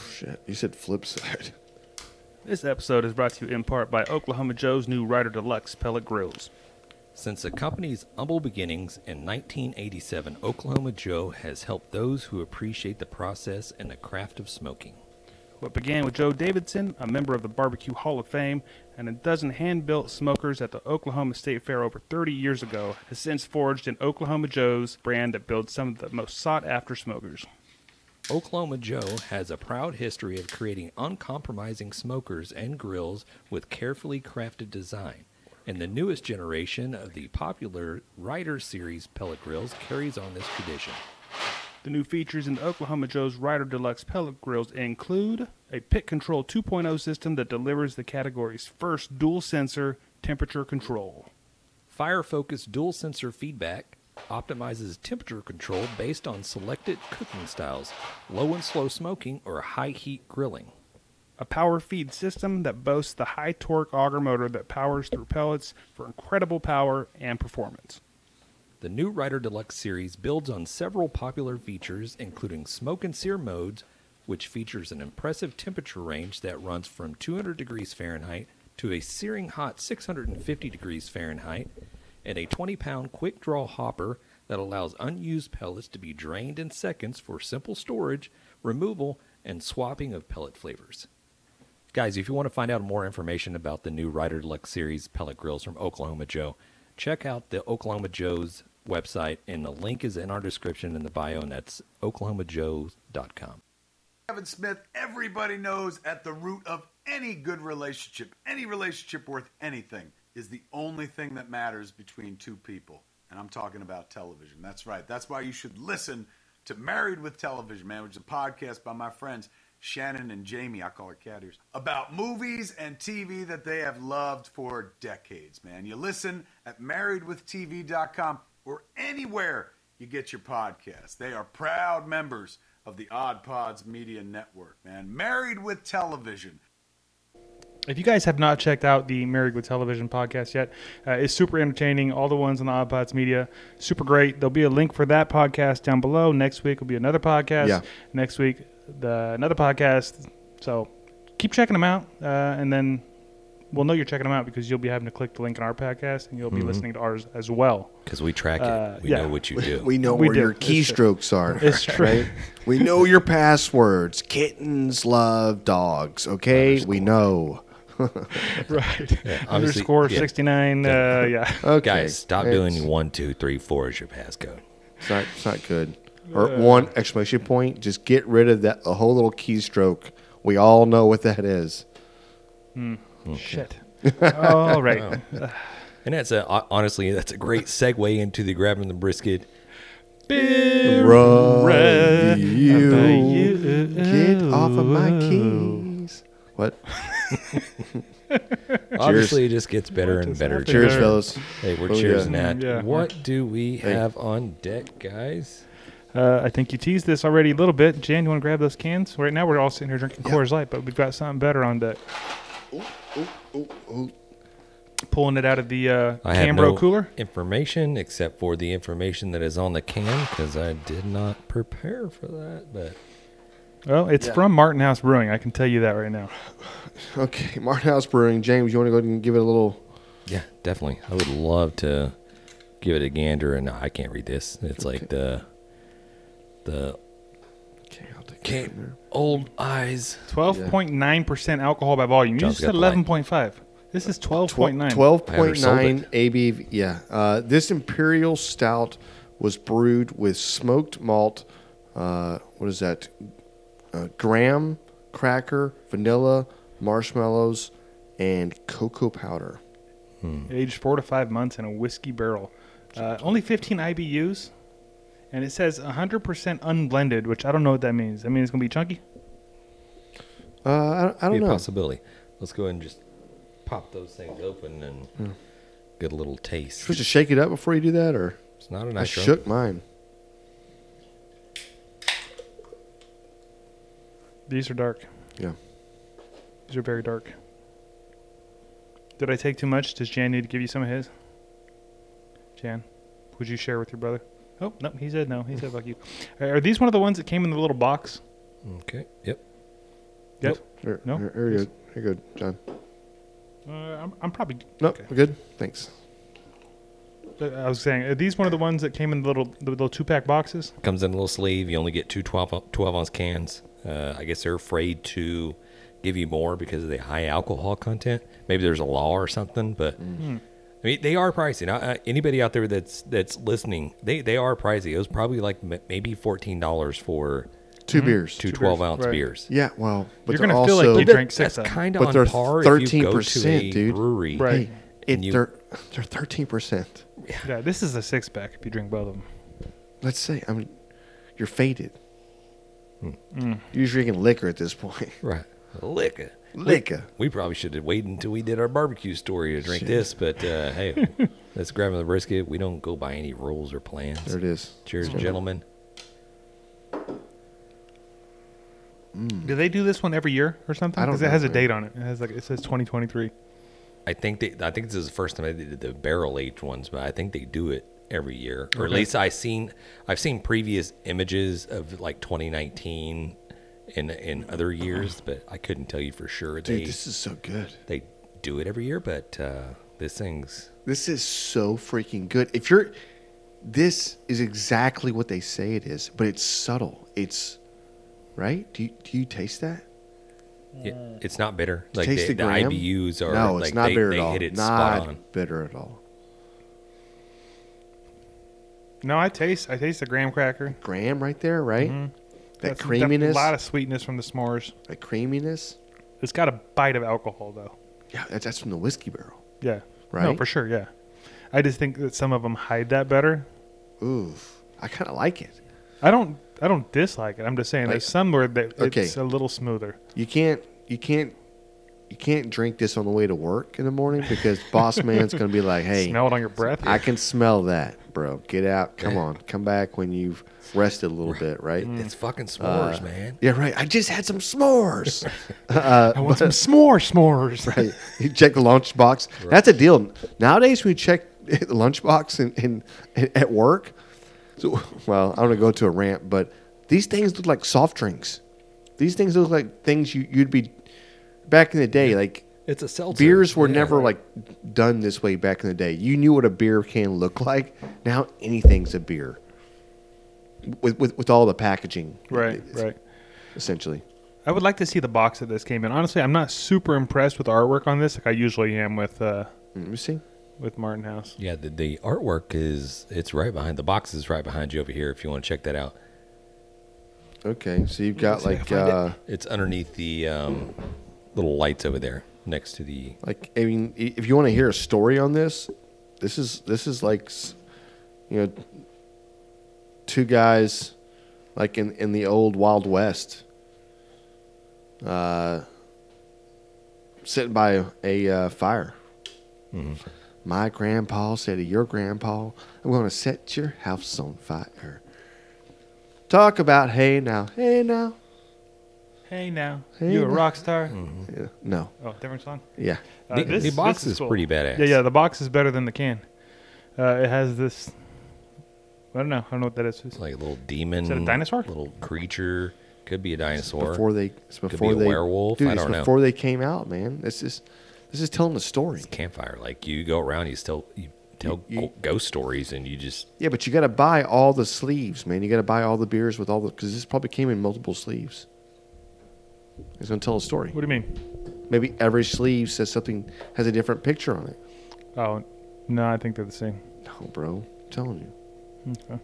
[SPEAKER 3] Shit, you said flip side.
[SPEAKER 2] This episode is brought to you in part by Oklahoma Joe's new Rider Deluxe pellet grills.
[SPEAKER 1] Since the company's humble beginnings in 1987, Oklahoma Joe has helped those who appreciate the process and the craft of smoking.
[SPEAKER 2] What began with Joe Davidson, a member of the Barbecue Hall of Fame, and a dozen hand built smokers at the Oklahoma State Fair over 30 years ago, has since forged an Oklahoma Joe's brand that builds some of the most sought after smokers.
[SPEAKER 1] Oklahoma Joe has a proud history of creating uncompromising smokers and grills with carefully crafted design. And the newest generation of the popular Rider Series pellet grills carries on this tradition.
[SPEAKER 2] The new features in the Oklahoma Joe's Rider Deluxe pellet grills include a pit control 2.0 system that delivers the category's first dual sensor temperature control.
[SPEAKER 1] Fire focused dual sensor feedback optimizes temperature control based on selected cooking styles, low and slow smoking, or high heat grilling.
[SPEAKER 2] a power feed system that boasts the high torque auger motor that powers through pellets for incredible power and performance.
[SPEAKER 1] The new Rider Deluxe series builds on several popular features, including smoke and sear modes, which features an impressive temperature range that runs from 200 degrees Fahrenheit to a searing hot 650 degrees Fahrenheit, and a 20 pound quick draw hopper that allows unused pellets to be drained in seconds for simple storage, removal, and swapping of pellet flavors. Guys, if you want to find out more information about the new Rider Deluxe series pellet grills from Oklahoma Joe, check out the Oklahoma Joe's website, and the link is in our description in the bio, and that's oklahomajoes.com.
[SPEAKER 6] Kevin Smith, everybody knows at the root of any good relationship, any relationship worth anything, is the only thing that matters between two people. And I'm talking about television. That's right. That's why you should listen to Married with Television, man, which is a podcast by my friends Shannon and Jamie, I call her cat ears, about movies and TV that they have loved for decades, man. You listen at marriedwithtv.com or anywhere you get your podcast. They are proud members of the Odd Pods Media Network, man. Married with television.
[SPEAKER 2] If you guys have not checked out the Married with Television podcast yet, uh, it's super entertaining. All the ones on the Oddpods Media, super great. There'll be a link for that podcast down below. Next week will be another podcast.
[SPEAKER 3] Yeah.
[SPEAKER 2] Next week, the another podcast. So keep checking them out, uh, and then we'll know you're checking them out because you'll be having to click the link in our podcast, and you'll be listening to ours as well.
[SPEAKER 1] Because we track it,
[SPEAKER 2] Uh,
[SPEAKER 1] we
[SPEAKER 2] yeah.
[SPEAKER 1] know what you do.
[SPEAKER 3] We
[SPEAKER 2] [laughs]
[SPEAKER 3] know
[SPEAKER 2] We
[SPEAKER 3] where
[SPEAKER 2] do.
[SPEAKER 3] your
[SPEAKER 2] It's true.
[SPEAKER 3] keystrokes are.
[SPEAKER 2] It's true. [laughs]
[SPEAKER 3] We know your passwords. Kittens love dogs, okay? We know.
[SPEAKER 2] right.
[SPEAKER 1] obviously,
[SPEAKER 2] Underscore
[SPEAKER 1] yeah.
[SPEAKER 2] 69. Uh, yeah.
[SPEAKER 3] Okay.
[SPEAKER 1] Guys, stop
[SPEAKER 3] it's-
[SPEAKER 1] doing one, two, three, four as your passcode.
[SPEAKER 3] It's not, it's not good. Or one exclamation point. Just get rid of that the whole little keystroke. We all know what that is.
[SPEAKER 2] Shit. All right.
[SPEAKER 1] And that's a, honestly, that's a great segue into the grabbing the brisket.
[SPEAKER 3] Run, you get
[SPEAKER 2] Get
[SPEAKER 3] off of my keys. What?
[SPEAKER 1] Obviously, it just gets better and
[SPEAKER 2] is
[SPEAKER 1] better.
[SPEAKER 2] happening?
[SPEAKER 3] Cheers,
[SPEAKER 2] Yeah.
[SPEAKER 3] fellas.
[SPEAKER 1] Hey, we're
[SPEAKER 3] Oh, yeah.
[SPEAKER 1] cheers that.
[SPEAKER 2] Yeah.
[SPEAKER 1] What do we have on deck, guys?
[SPEAKER 2] Uh, I think you teased this already a little bit. Jan, you want to grab those cans? Right now, we're all sitting here drinking Coors Light, but we've got something better on deck. Pulling it out of the uh,
[SPEAKER 1] I have
[SPEAKER 2] Cambro
[SPEAKER 1] no
[SPEAKER 2] cooler.
[SPEAKER 1] information except for the information that is on the can because I did not prepare for that. But
[SPEAKER 2] Well, it's
[SPEAKER 3] Yeah.
[SPEAKER 2] from Martin House Brewing. I can tell you that right now.
[SPEAKER 3] Okay, Martin House Brewing. James, you want to go ahead and give it a little?
[SPEAKER 1] Yeah, definitely. I would love to give it a gander, and I can't read this. It's like the the
[SPEAKER 3] Okay, I'll take
[SPEAKER 1] can't old eyes.
[SPEAKER 2] Twelve point nine percent alcohol by volume. You
[SPEAKER 1] John's
[SPEAKER 2] just said
[SPEAKER 1] got the light.
[SPEAKER 2] eleven point five. This is twelve point nine.
[SPEAKER 3] Twelve point
[SPEAKER 1] I
[SPEAKER 3] nine
[SPEAKER 1] undersold
[SPEAKER 3] ABV. Yeah, uh, this imperial stout was brewed with smoked malt. Uh, what is that? Uh, graham cracker, vanilla, marshmallows, and cocoa powder.
[SPEAKER 2] aged four to five months in a whiskey barrel. Uh, only 15 IBUs, and it says 100% unblended, which I don't know what that means. I mean, it's gonna be chunky.
[SPEAKER 3] Uh, I, I don't
[SPEAKER 1] Be a
[SPEAKER 3] know.
[SPEAKER 1] possibility. Let's go ahead and just pop those things open and
[SPEAKER 3] Hmm.
[SPEAKER 1] get a little taste.
[SPEAKER 3] Supposed to shake it up before you do that, or
[SPEAKER 1] It's not a
[SPEAKER 3] I
[SPEAKER 1] nice
[SPEAKER 3] shook mine.
[SPEAKER 2] These are dark.
[SPEAKER 3] Yeah.
[SPEAKER 2] These are very dark. Did I take too much? Does Jan need to give you some of his? Jan, would you share with your brother? Oh no, he said no. He said
[SPEAKER 3] [laughs]
[SPEAKER 2] fuck you. Uh, Are these one of the ones that came in the little box?
[SPEAKER 1] Okay. Yep.
[SPEAKER 2] Yes.
[SPEAKER 3] Here,
[SPEAKER 2] No?
[SPEAKER 3] here, here you go. Here you go, John.
[SPEAKER 2] Uh, I'm, I'm probably.
[SPEAKER 3] No,
[SPEAKER 2] okay.
[SPEAKER 3] we're good. Thanks.
[SPEAKER 2] Uh, I was saying, are these one of the ones that came in the little the little two pack boxes?
[SPEAKER 1] Comes in a little sleeve. You only get two 12, 12 ounce cans. Uh, I guess they're afraid to give you more because of the high alcohol content. Maybe there's a law or something, but
[SPEAKER 2] Mm-hmm.
[SPEAKER 1] I mean they are pricey. Now, uh, anybody out there that's that's listening, they they are pricey. It was probably like m- maybe fourteen dollars for
[SPEAKER 3] 2 beers.
[SPEAKER 1] Mm-hmm. two 12 ounce
[SPEAKER 2] right.
[SPEAKER 1] beers.
[SPEAKER 3] Yeah, well, but
[SPEAKER 2] You're
[SPEAKER 3] they're
[SPEAKER 2] gonna feel like
[SPEAKER 3] also,
[SPEAKER 2] you drank six
[SPEAKER 1] That's
[SPEAKER 2] of them.
[SPEAKER 1] kind of
[SPEAKER 3] But
[SPEAKER 1] on
[SPEAKER 3] they're
[SPEAKER 1] par. if you go to
[SPEAKER 3] 13%,
[SPEAKER 1] a
[SPEAKER 3] dude.
[SPEAKER 1] brewery,
[SPEAKER 2] Right.
[SPEAKER 3] Hey, it,
[SPEAKER 1] And you-
[SPEAKER 3] they're they're thirteen percent.
[SPEAKER 2] Yeah, this is a six pack if you drink both of them.
[SPEAKER 3] Let's say I mean, you're faded.
[SPEAKER 1] Hmm.
[SPEAKER 3] You're drinking liquor at this point.
[SPEAKER 1] [laughs] right? Liquor.
[SPEAKER 3] Liquor.
[SPEAKER 1] We probably should have waited until we did our barbecue story to drink this, but
[SPEAKER 3] [laughs]
[SPEAKER 1] uh, hey, let's grab the brisket. We don't go by any rules or plans.
[SPEAKER 3] There it is.
[SPEAKER 1] Cheers, gentlemen.
[SPEAKER 2] Do they do this one every year or something?
[SPEAKER 3] Hmm. I don't
[SPEAKER 2] Because
[SPEAKER 3] know,
[SPEAKER 2] it has a
[SPEAKER 3] man.
[SPEAKER 2] date on it. It has like it says 2023.
[SPEAKER 1] I think they, I think this is the first time they did the barrel aged ones, but I think they do it every year, or at
[SPEAKER 2] Okay.
[SPEAKER 1] least I seen I've seen previous images of like 2019 and in other years, but I couldn't tell you for sure
[SPEAKER 3] Uh-huh. Dude,
[SPEAKER 1] they
[SPEAKER 3] this is so good.
[SPEAKER 1] they do it every year. But uh, this thing's
[SPEAKER 3] This is so freaking good. If you're this is exactly what they say it is, but it's subtle. It's right? Do you do you taste that?
[SPEAKER 1] it, it's not bitter. Like
[SPEAKER 3] taste
[SPEAKER 1] the, the
[SPEAKER 3] gram?
[SPEAKER 1] IBUs are
[SPEAKER 3] No, it's
[SPEAKER 1] like,
[SPEAKER 3] not
[SPEAKER 1] they,
[SPEAKER 3] bitter
[SPEAKER 1] they
[SPEAKER 3] at all.
[SPEAKER 1] Hit it
[SPEAKER 3] not
[SPEAKER 1] spot on.
[SPEAKER 3] bitter at all.
[SPEAKER 2] No, I taste I taste the graham cracker.
[SPEAKER 3] Graham right there, right? That
[SPEAKER 2] Mm-hmm. That's- that's
[SPEAKER 3] creaminess.
[SPEAKER 2] A lot of sweetness from the s'mores.
[SPEAKER 3] that creaminess.
[SPEAKER 2] It's got a bite of alcohol though.
[SPEAKER 3] Yeah, that's, that's from the whiskey barrel.
[SPEAKER 2] Yeah. No,
[SPEAKER 3] Right?
[SPEAKER 2] for sure. Yeah. I just think that some of them hide that better.
[SPEAKER 3] Ooh, I kind of like it.
[SPEAKER 2] I don't I don't dislike it. I'm just saying
[SPEAKER 3] Like-
[SPEAKER 2] there's some where that
[SPEAKER 3] Okay.
[SPEAKER 2] it's a little smoother.
[SPEAKER 3] You can't, you can't, you can't drink this on the way to work in the morning
[SPEAKER 2] [laughs]
[SPEAKER 3] because boss man's gonna be like, "Hey,
[SPEAKER 2] Smell it on your breath.
[SPEAKER 3] I can smell that, bro. Get out. Come on, come back when you've rested a little bit, right?"
[SPEAKER 2] Mm.
[SPEAKER 1] It's fucking s'mores, man.
[SPEAKER 3] Yeah, right. I just had
[SPEAKER 2] [laughs]
[SPEAKER 3] some s'mores.
[SPEAKER 2] I want some
[SPEAKER 3] [laughs]
[SPEAKER 2] s'more s'mores.
[SPEAKER 3] right. You check the lunchbox. That's a deal. Nowadays, we check [laughs] the lunchbox in, in, in- at work. So, well, I'm gonna go to a rant, but these things look like soft drinks. These things look like things you, you'd be back in the day. Like
[SPEAKER 1] It's a seltzer.
[SPEAKER 3] beers were
[SPEAKER 1] Yeah,
[SPEAKER 3] never
[SPEAKER 1] right.
[SPEAKER 3] like done this way back in the day. You knew what a beer can look like. Now anything's a beer. With with, with all the packaging,
[SPEAKER 2] Right,
[SPEAKER 3] It's-
[SPEAKER 2] right.
[SPEAKER 3] Essentially,
[SPEAKER 2] I would like to see the box that this came in. Honestly, I'm not super impressed with the artwork on this like I usually am with uh
[SPEAKER 3] let me Mm, see.
[SPEAKER 2] with Martin House.
[SPEAKER 1] Yeah, the, the artwork is it's right behind the box is right behind you over here. If you want to check that out,
[SPEAKER 3] Okay, so you've got
[SPEAKER 2] see if I
[SPEAKER 3] like
[SPEAKER 2] can find it.
[SPEAKER 3] uh,
[SPEAKER 1] it's underneath the um, little lights over there next to the.
[SPEAKER 3] like I mean, i- if you want to hear a story on this, this is this is like, s- you know, two guys, like in in the old Wild West, uh, sitting by a uh, fire. My grandpa said to your grandpa, "I'm going to set your house on fire." Talk about hey now, hey now.
[SPEAKER 2] Hey now,
[SPEAKER 3] Hey Hmm.
[SPEAKER 2] you a
[SPEAKER 3] now.
[SPEAKER 2] rock star?
[SPEAKER 3] Yeah, No,
[SPEAKER 2] Oh, different song.
[SPEAKER 3] yeah,
[SPEAKER 2] Uh,
[SPEAKER 1] the,
[SPEAKER 2] this-
[SPEAKER 1] the
[SPEAKER 2] this
[SPEAKER 1] box
[SPEAKER 2] is
[SPEAKER 1] is,
[SPEAKER 2] cool.
[SPEAKER 1] pretty badass.
[SPEAKER 2] Yeah, yeah. The box is better than the can. Uh, it has this. I don't know. I don't know what that is. It's-
[SPEAKER 1] It's like a little demon.
[SPEAKER 2] dinosaur?
[SPEAKER 1] Little creature. Could be a dinosaur.
[SPEAKER 3] before they it's
[SPEAKER 1] be
[SPEAKER 3] before
[SPEAKER 1] a
[SPEAKER 3] they
[SPEAKER 1] werewolf.
[SPEAKER 3] Dude,
[SPEAKER 1] I
[SPEAKER 3] it's
[SPEAKER 1] don't know.
[SPEAKER 3] before they came out, man. This is this is telling the story.
[SPEAKER 1] campfire, like you go around, you still you tell
[SPEAKER 3] You- you-
[SPEAKER 1] ghost stories, and you just
[SPEAKER 3] Yeah, but you got to buy all the sleeves, man. You got to buy all the beers with all the because this probably came in multiple sleeves. It's gonna tell a story.
[SPEAKER 2] What do you mean?
[SPEAKER 3] Maybe every sleeve says something has a different picture on it.
[SPEAKER 2] Oh, no, I think they're the same.
[SPEAKER 3] No, bro, I'm telling you,
[SPEAKER 2] Okay.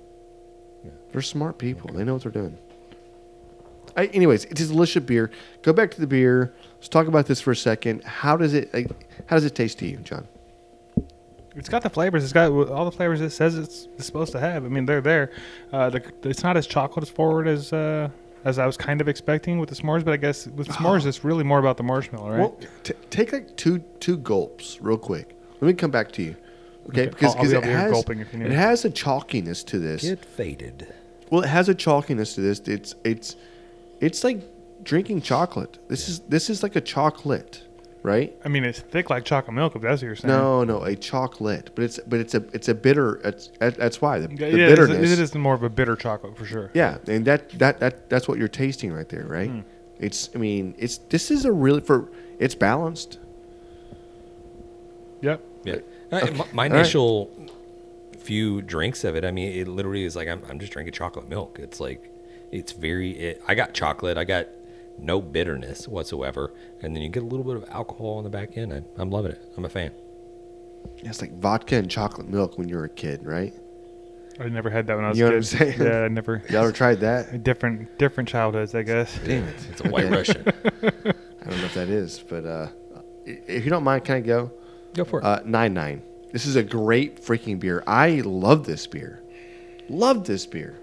[SPEAKER 3] they're smart people. They know what they're doing. I, anyways, it's a delicious beer. Go back to the beer. Let's talk about this for a second. How does it? Like, how does it taste to you, John?
[SPEAKER 2] It's got the flavors. It's got all the flavors it says it's, it's supposed to have. I mean, they're there. Uh, the, it's not as chocolate as forward as uh, as I was kind of expecting with the s'mores, but I guess with s'mores, it's really more about the marshmallow, right?
[SPEAKER 3] Oh. Well, t- take like two two gulps real quick. Let me come back to you. Okay,
[SPEAKER 2] Okay,
[SPEAKER 3] because
[SPEAKER 2] I'll- I'll
[SPEAKER 3] because
[SPEAKER 2] be
[SPEAKER 3] it
[SPEAKER 2] over here
[SPEAKER 3] has
[SPEAKER 2] gulping if you need
[SPEAKER 3] it
[SPEAKER 2] it.
[SPEAKER 3] has a chalkiness to this.
[SPEAKER 1] get faded.
[SPEAKER 3] Well, it has a chalkiness to this. It's it's it's like drinking chocolate. This is this is like a chocolate, right?
[SPEAKER 2] I mean, it's thick like chocolate milk, if that's what you're saying.
[SPEAKER 3] No, no, a chocolate. But it's but it's a it's a bitter. It's that- that's why the, the
[SPEAKER 2] Yeah, it is-
[SPEAKER 3] bitterness.
[SPEAKER 2] it is more of a bitter chocolate for sure.
[SPEAKER 3] Yeah, and that that that that's what you're tasting right there, right?
[SPEAKER 2] Hmm.
[SPEAKER 3] It's I mean it's this is a really for it's balanced.
[SPEAKER 2] Yep.
[SPEAKER 1] Yeah, Uh, my, my
[SPEAKER 3] All right.
[SPEAKER 1] initial few drinks of it, I mean, it literally is like I'm, I'm just drinking chocolate milk. It's like it's very. It, I got chocolate. I got no bitterness whatsoever, and then you get a little bit of alcohol on the back end. I, I'm loving it. I'm a fan.
[SPEAKER 3] It's like vodka and chocolate milk when you were a kid, right?
[SPEAKER 2] I never had that when I was
[SPEAKER 3] You
[SPEAKER 2] a
[SPEAKER 3] know
[SPEAKER 2] kid.
[SPEAKER 3] what I'm saying?
[SPEAKER 2] Yeah, I never.
[SPEAKER 3] [laughs] Y'all ever tried
[SPEAKER 2] [laughs]
[SPEAKER 3] that?
[SPEAKER 2] Different different childhoods, I guess.
[SPEAKER 3] Damn it.
[SPEAKER 1] It's a white Russian.
[SPEAKER 3] I don't know if that is, but uh, i- if you don't mind, can I go?
[SPEAKER 1] Go for it.
[SPEAKER 3] Uh, nine nine. This is a great freaking beer. I love this beer. Love this beer.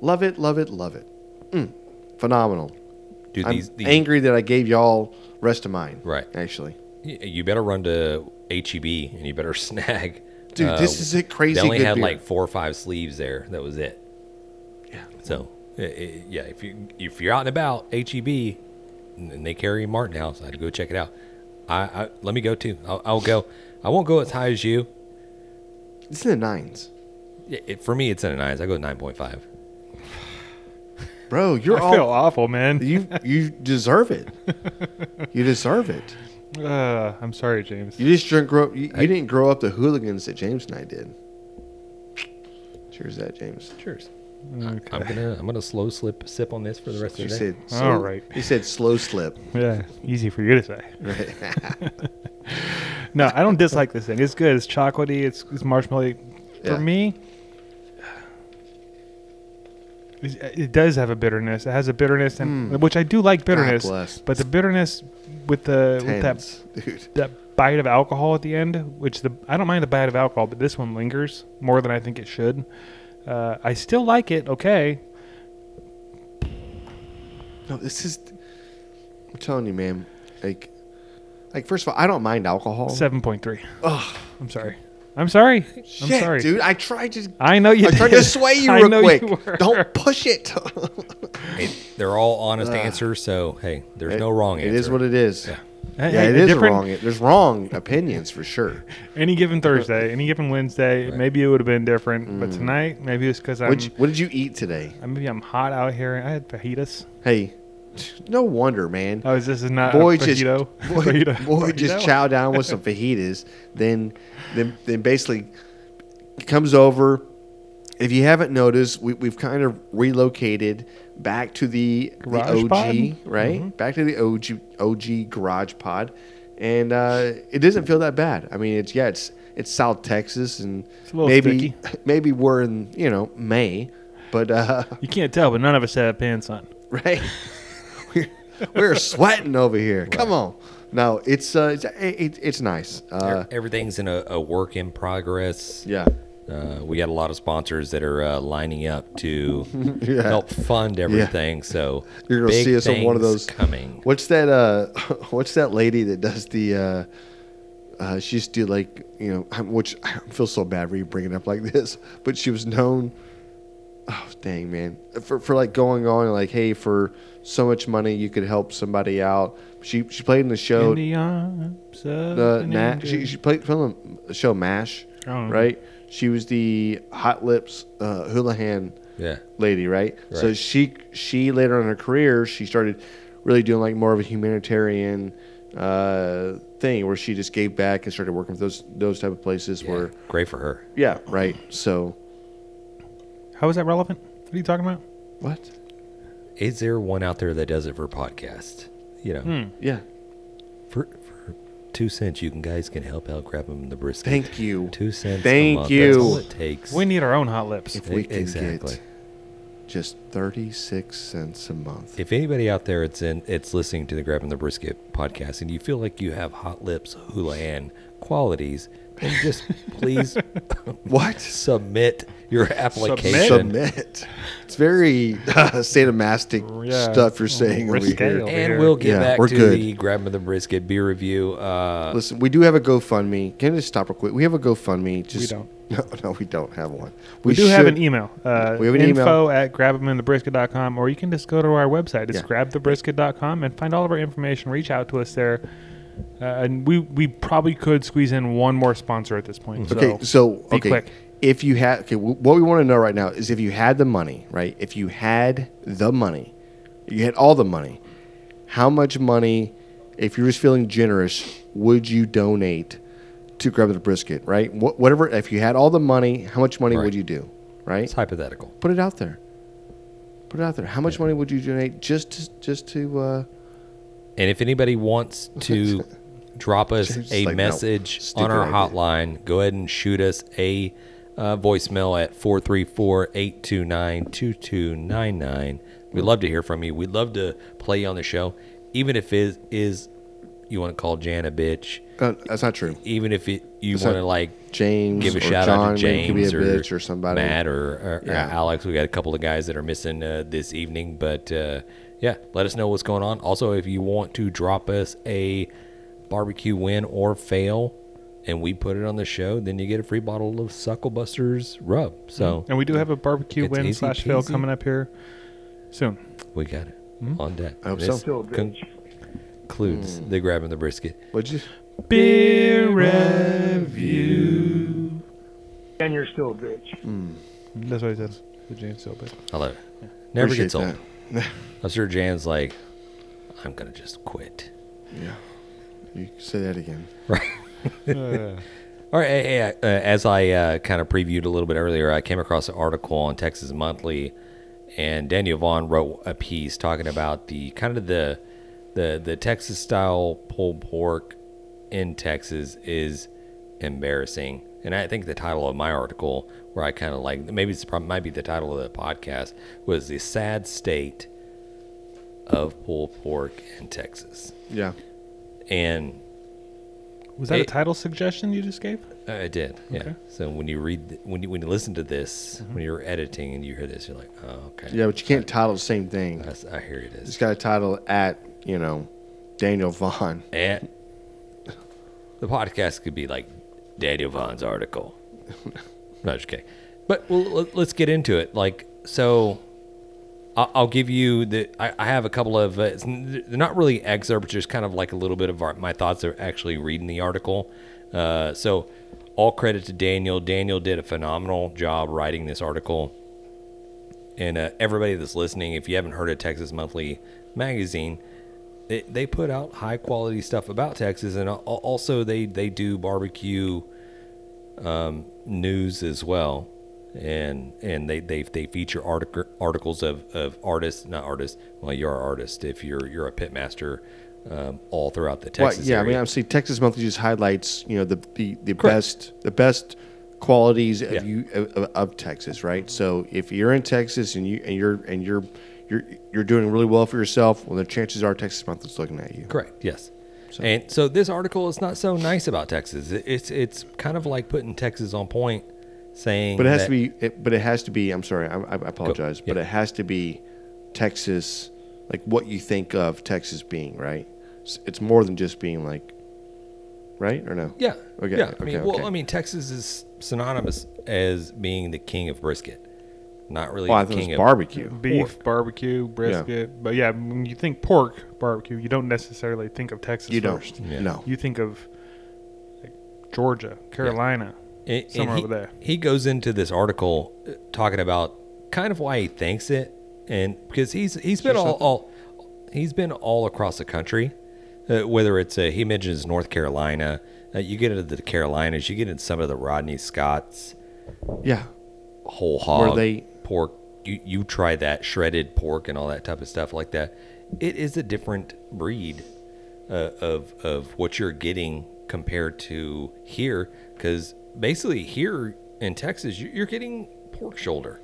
[SPEAKER 3] Love it. Love it. Love it. Mm, phenomenal.
[SPEAKER 1] Dude,
[SPEAKER 3] I'm
[SPEAKER 1] these, these
[SPEAKER 3] angry that I gave y'all rest of mine.
[SPEAKER 1] Right.
[SPEAKER 3] Actually,
[SPEAKER 1] y- you better run to HEB and you better [laughs] snag. uh,
[SPEAKER 3] Dude, this is a crazy
[SPEAKER 1] They only
[SPEAKER 3] good
[SPEAKER 1] had
[SPEAKER 3] beer.
[SPEAKER 1] like four or five sleeves there. That was it.
[SPEAKER 3] Yeah.
[SPEAKER 1] So, i i yeah, if you if you're out and about, HEB, and they carry Martin House, I'd go check it out. I, I let me go too. I'll, I'll go. I won't go as high as you.
[SPEAKER 3] it's in the nines,
[SPEAKER 1] It, it- for me, it's in the nines. I go nine point five.
[SPEAKER 3] bro. You're
[SPEAKER 2] [laughs] I
[SPEAKER 3] all
[SPEAKER 2] feel awful, man.
[SPEAKER 3] you. You deserve it. you deserve it.
[SPEAKER 2] Uh, I'm sorry, James.
[SPEAKER 3] You just drink grow. You, you didn't grow up the hooligans that James and I did. Cheers, to that James.
[SPEAKER 1] Cheers.
[SPEAKER 2] Okay.
[SPEAKER 1] I'm gonna I'm gonna slow slip sip on this for the rest
[SPEAKER 3] You
[SPEAKER 1] of the day.
[SPEAKER 3] said
[SPEAKER 2] All right.
[SPEAKER 3] You said slow slip.
[SPEAKER 1] [laughs]
[SPEAKER 2] Yeah, easy for you to say.
[SPEAKER 3] Right.
[SPEAKER 2] No, I don't dislike this thing. It's good. It's chocolatey. It's, it's marshmallowy.
[SPEAKER 3] Yeah.
[SPEAKER 2] For me, it it does have a bitterness. It has a bitterness, and which I do like bitterness.
[SPEAKER 3] Hmm. bless.
[SPEAKER 2] But the bitterness with
[SPEAKER 3] [laughs]
[SPEAKER 2] the with that
[SPEAKER 3] Tens, dude.
[SPEAKER 2] that bite of alcohol at the end, which the I don't mind the bite of alcohol, but this one lingers more than I think it should. Uh, I still like it. Okay,
[SPEAKER 3] No, this is. I'm telling you, man. Like, like first of all, I don't mind alcohol.
[SPEAKER 2] seven point three. Oh, I'm sorry. I'm sorry.
[SPEAKER 3] Shit,
[SPEAKER 2] I'm sorry,
[SPEAKER 3] dude. I tried to.
[SPEAKER 2] I know you.
[SPEAKER 3] I tried
[SPEAKER 2] [laughs] did.
[SPEAKER 3] to sway you
[SPEAKER 2] I
[SPEAKER 3] real
[SPEAKER 2] know
[SPEAKER 3] quick.
[SPEAKER 2] were. [laughs]
[SPEAKER 3] don't push it. [laughs]
[SPEAKER 1] It- they're all honest answers, so hey, there's no wrong answer.
[SPEAKER 3] Ah. It is what it is. Yeah,
[SPEAKER 1] Yeah.
[SPEAKER 2] Hey,
[SPEAKER 3] it is
[SPEAKER 2] different-
[SPEAKER 3] wrong. There's wrong opinions
[SPEAKER 2] [laughs]
[SPEAKER 3] for sure.
[SPEAKER 2] Any given Thursday, any given Wednesday, maybe it would have been different. But tonight, maybe it's because I'm,
[SPEAKER 3] Mm. What'd you, what did you eat today?
[SPEAKER 2] I- maybe I'm hot out here. I had fajitas.
[SPEAKER 3] Hey, no wonder, man.
[SPEAKER 2] Oh, is this is not
[SPEAKER 3] boy
[SPEAKER 2] a
[SPEAKER 3] just
[SPEAKER 2] fajito?
[SPEAKER 3] [laughs]
[SPEAKER 2] [laughs]
[SPEAKER 3] boy,
[SPEAKER 2] Fajita?
[SPEAKER 3] boy just
[SPEAKER 2] Fajito?
[SPEAKER 3] chow down with some fajitas, then then then basically comes over. If you haven't noticed, we, we've kind of relocated back to the, the
[SPEAKER 2] Garage
[SPEAKER 3] OG,
[SPEAKER 2] pod? Mm-hmm.
[SPEAKER 3] right? Back to the OG OG garage pod, and uh, it doesn't feel that bad. I mean, it's yeah, it's it's South Texas, and
[SPEAKER 2] It's a little
[SPEAKER 3] maybe
[SPEAKER 2] sticky.
[SPEAKER 3] [laughs] maybe we're in you know May, but uh,
[SPEAKER 2] You can't tell, but none of us have pants on.
[SPEAKER 3] [laughs] right? we're, we're sweating over here. Come on. No, it's uh, it's it, it's nice. Uh,
[SPEAKER 1] Everything's in a, a work in progress.
[SPEAKER 3] yeah,
[SPEAKER 1] Uh, we got a lot of sponsors that are uh, lining up to
[SPEAKER 3] [laughs] Yeah.
[SPEAKER 1] help fund everything. So
[SPEAKER 3] you're gonna
[SPEAKER 1] big
[SPEAKER 3] see us on one of
[SPEAKER 1] things
[SPEAKER 3] those
[SPEAKER 1] coming.
[SPEAKER 3] What's that? Uh, [laughs] what's that lady that does the? Uh, uh, she used to do like you know, I'm, which I feel so bad for you bringing it up like [laughs] this, but she was known. Oh dang man, for for like going on and like, hey, for so much money you could help somebody out. She she played in the show.
[SPEAKER 2] In the arms of
[SPEAKER 3] the
[SPEAKER 2] an
[SPEAKER 3] na-
[SPEAKER 2] angel.
[SPEAKER 3] she, she played film show Mash,
[SPEAKER 2] Oh.
[SPEAKER 3] right? She was the Hot Lips uh, Houlihan
[SPEAKER 1] Yeah.
[SPEAKER 3] lady, right? So
[SPEAKER 1] Right.
[SPEAKER 3] she she later on in her career she started really doing like more of a humanitarian uh, thing where she just gave back and started working with those those type of places where
[SPEAKER 1] Great for her.
[SPEAKER 3] yeah right so
[SPEAKER 2] How is that relevant? What are you talking about?
[SPEAKER 3] what
[SPEAKER 1] Is there one out there that does it for podcast? You know,
[SPEAKER 3] yeah
[SPEAKER 1] for, for two cents, you can guys can help out grab them the brisket.
[SPEAKER 3] thank you
[SPEAKER 1] Two cents.
[SPEAKER 3] Thank
[SPEAKER 1] a month.
[SPEAKER 3] you.
[SPEAKER 1] That's all it takes.
[SPEAKER 2] We need our own hot lips.
[SPEAKER 3] if we
[SPEAKER 1] E-
[SPEAKER 3] can
[SPEAKER 1] exactly.
[SPEAKER 3] get just thirty six cents a month
[SPEAKER 1] If anybody out there that's in it's listening to the Grabbing the Brisket podcast and you feel like you have hot lips, Houlihan qualities, then
[SPEAKER 3] [laughs]
[SPEAKER 1] just please
[SPEAKER 3] what
[SPEAKER 1] submit your application.
[SPEAKER 3] submit it's very uh, sadomastic
[SPEAKER 2] [laughs] Yeah.
[SPEAKER 3] stuff you're saying over
[SPEAKER 2] Risque.
[SPEAKER 3] here.
[SPEAKER 2] Over
[SPEAKER 1] And
[SPEAKER 2] here.
[SPEAKER 1] we'll get
[SPEAKER 3] Yeah,
[SPEAKER 1] back
[SPEAKER 3] we're
[SPEAKER 1] to
[SPEAKER 3] good.
[SPEAKER 1] the Grabbing the Brisket beer review. Uh,
[SPEAKER 3] Listen, we do have a GoFundMe. Can I just stop real quick? We have a GoFundMe. Just,
[SPEAKER 2] don't.
[SPEAKER 3] [laughs] No, no, we don't have one.
[SPEAKER 2] We, do have
[SPEAKER 3] should-
[SPEAKER 2] an email. Uh,
[SPEAKER 3] We have an email.
[SPEAKER 2] info at grabtheminthebrisket.com, or you can just go to our website. It's
[SPEAKER 3] Yeah.
[SPEAKER 2] grabthebrisket.com and find all of our information. Reach out to us there. Uh, and we, we probably could squeeze in one more sponsor at this point.
[SPEAKER 3] Okay, so,
[SPEAKER 2] be
[SPEAKER 3] okay,
[SPEAKER 2] quick.
[SPEAKER 3] if you had okay, wh- what we want to know right now is if you had the money, right? If you had the money, you had all the money. How much money, if you're just feeling generous, would you donate to grab the brisket? Right, Wh- whatever. If you had all the money, how much money
[SPEAKER 1] Right.
[SPEAKER 3] would you do? Right,
[SPEAKER 1] it's hypothetical.
[SPEAKER 3] put it out there. Put it out there. How much money would you donate just to, just to? Uh,
[SPEAKER 1] And if anybody
[SPEAKER 3] [laughs]
[SPEAKER 1] wants to drop us
[SPEAKER 3] Just
[SPEAKER 1] a
[SPEAKER 3] like, no,
[SPEAKER 1] message
[SPEAKER 3] stupid
[SPEAKER 1] on our
[SPEAKER 3] idea.
[SPEAKER 1] hotline, go ahead and shoot us a uh, voicemail at 434 829 2299. We'd love to hear from you. We'd love to play you on the show. Even if it is, you want to call Jan a bitch,
[SPEAKER 3] uh, that's not true.
[SPEAKER 1] even if it, you
[SPEAKER 3] It's
[SPEAKER 1] want
[SPEAKER 3] not-
[SPEAKER 1] to like
[SPEAKER 3] James
[SPEAKER 1] give a
[SPEAKER 3] or
[SPEAKER 1] shout
[SPEAKER 3] John
[SPEAKER 1] out to
[SPEAKER 3] maybe
[SPEAKER 1] James
[SPEAKER 3] could be a
[SPEAKER 1] or,
[SPEAKER 3] bitch or somebody.
[SPEAKER 1] Matt or, or- or
[SPEAKER 3] Yeah.
[SPEAKER 1] Alex. We got a couple of guys that are missing uh, this evening, but uh, yeah, let us know what's going on. Also, if you want to drop us a barbecue win or fail, and we put it on the show, then you get a free bottle of Suckle Busters rub. So
[SPEAKER 2] And we do have a barbecue
[SPEAKER 1] It's
[SPEAKER 2] win
[SPEAKER 1] easy
[SPEAKER 2] slash fail
[SPEAKER 1] peasy.
[SPEAKER 2] coming up here soon.
[SPEAKER 1] we got it on deck.
[SPEAKER 3] I hope
[SPEAKER 1] This
[SPEAKER 3] so.
[SPEAKER 5] Still a bitch.
[SPEAKER 1] Concludes
[SPEAKER 3] Mm.
[SPEAKER 1] the grabbing the brisket.
[SPEAKER 3] Would you?
[SPEAKER 2] Beer
[SPEAKER 5] And you're still a bitch.
[SPEAKER 3] Hmm.
[SPEAKER 2] That's what he says. The James Silva.
[SPEAKER 1] I love it. Never
[SPEAKER 3] Appreciate
[SPEAKER 1] gets old.
[SPEAKER 3] that.
[SPEAKER 1] I'm sure Jan's like, I'm gonna just quit.
[SPEAKER 3] Yeah. You say that again.
[SPEAKER 1] Right. All right. eh, eh, uh, as I uh, kind of previewed a little bit earlier, I came across an article on Texas Monthly, and Daniel Vaughn wrote a piece talking about the kind of the the the Texas style pulled pork in Texas is embarrassing. And I think the title of my article, where I kind of like maybe it's probably might be the title of the podcast, was the sad state of pulled pork in Texas.
[SPEAKER 3] Yeah.
[SPEAKER 1] And
[SPEAKER 2] Was that a
[SPEAKER 1] It-
[SPEAKER 2] title suggestion you just gave?
[SPEAKER 1] Uh, I did. Yeah.
[SPEAKER 2] Okay.
[SPEAKER 1] So when you read, th- when you when you listen to this, when you're editing and you hear this, you're like, oh, okay.
[SPEAKER 3] Mm-hmm. Yeah, but you can't title the same thing.
[SPEAKER 1] That's, I hear it
[SPEAKER 3] It's
[SPEAKER 1] is.
[SPEAKER 3] got a title at, you know, Daniel Vaughn.
[SPEAKER 1] And the podcast could be like Daniel Vaughn's
[SPEAKER 3] [laughs]
[SPEAKER 1] article. no, just kidding. But well, let- let's get into it. Like, so I- I'll give you the. I, I have a couple of. Uh, it's, n- they're not really excerpts, just kind of like a little bit of our, my thoughts are actually reading the article. Uh, so, all credit to Daniel. Daniel did a phenomenal job writing this article. And uh, everybody that's listening, if you haven't heard of Texas Monthly Magazine, they, they put out high quality stuff about Texas, and al- also they they do barbecue um, news as well, and and they they, they feature artic- articles of, of artists, not artists. Well, you're an artist if you're you're a pit master, um, all throughout the
[SPEAKER 3] Well,
[SPEAKER 1] Texas
[SPEAKER 3] yeah, I
[SPEAKER 1] area.
[SPEAKER 3] mean, obviously, Texas Monthly just highlights, you know, the the, the
[SPEAKER 1] Correct.
[SPEAKER 3] best the best qualities of
[SPEAKER 1] Yeah.
[SPEAKER 3] you of, of- of Texas, right? So if you're in Texas and you and you're and you're you're you're doing really well for yourself, well, the chances are Texas Monthly's looking at you.
[SPEAKER 1] Correct. Yes. And so this article is not so nice about Texas. It- It's it's kind of like putting Texas on point, saying
[SPEAKER 3] But it has
[SPEAKER 1] that-
[SPEAKER 3] to be. It, but it has to be. I'm sorry. I, I apologize. But
[SPEAKER 1] Yeah.
[SPEAKER 3] it has to be Texas, like what you think of Texas being, right? It's, it's more than just being like, right or no?
[SPEAKER 1] Yeah.
[SPEAKER 3] Okay,
[SPEAKER 1] Yeah. I
[SPEAKER 3] okay,
[SPEAKER 1] mean, well,
[SPEAKER 3] okay.
[SPEAKER 1] I mean, Texas is synonymous as being the king of brisket, not really
[SPEAKER 3] Well, Oh, I
[SPEAKER 1] the
[SPEAKER 3] thought
[SPEAKER 1] king
[SPEAKER 3] it was
[SPEAKER 1] of
[SPEAKER 3] barbecue.
[SPEAKER 2] Beef, barbecue, brisket. But yeah, when you think pork barbecue, you don't necessarily think of Texas
[SPEAKER 3] You don't.
[SPEAKER 2] first.
[SPEAKER 1] Yeah.
[SPEAKER 3] No.
[SPEAKER 2] You think of like, Georgia, Carolina.
[SPEAKER 1] And- and
[SPEAKER 2] Somewhere
[SPEAKER 1] he,
[SPEAKER 2] over there.
[SPEAKER 1] He goes into this article uh, talking about kind of why he thinks it, and because he's he's been all, all he's been all across the country, uh, whether it's uh, he mentions North Carolina, uh, you get into the Carolinas, you get into some of the Rodney Scotts
[SPEAKER 3] Yeah.
[SPEAKER 1] whole hog
[SPEAKER 3] they-
[SPEAKER 1] pork. You you try that shredded pork and all that type of stuff like that. It is a different breed uh, of of what you're getting compared to here, because basically here in Texas you- you're getting pork shoulder,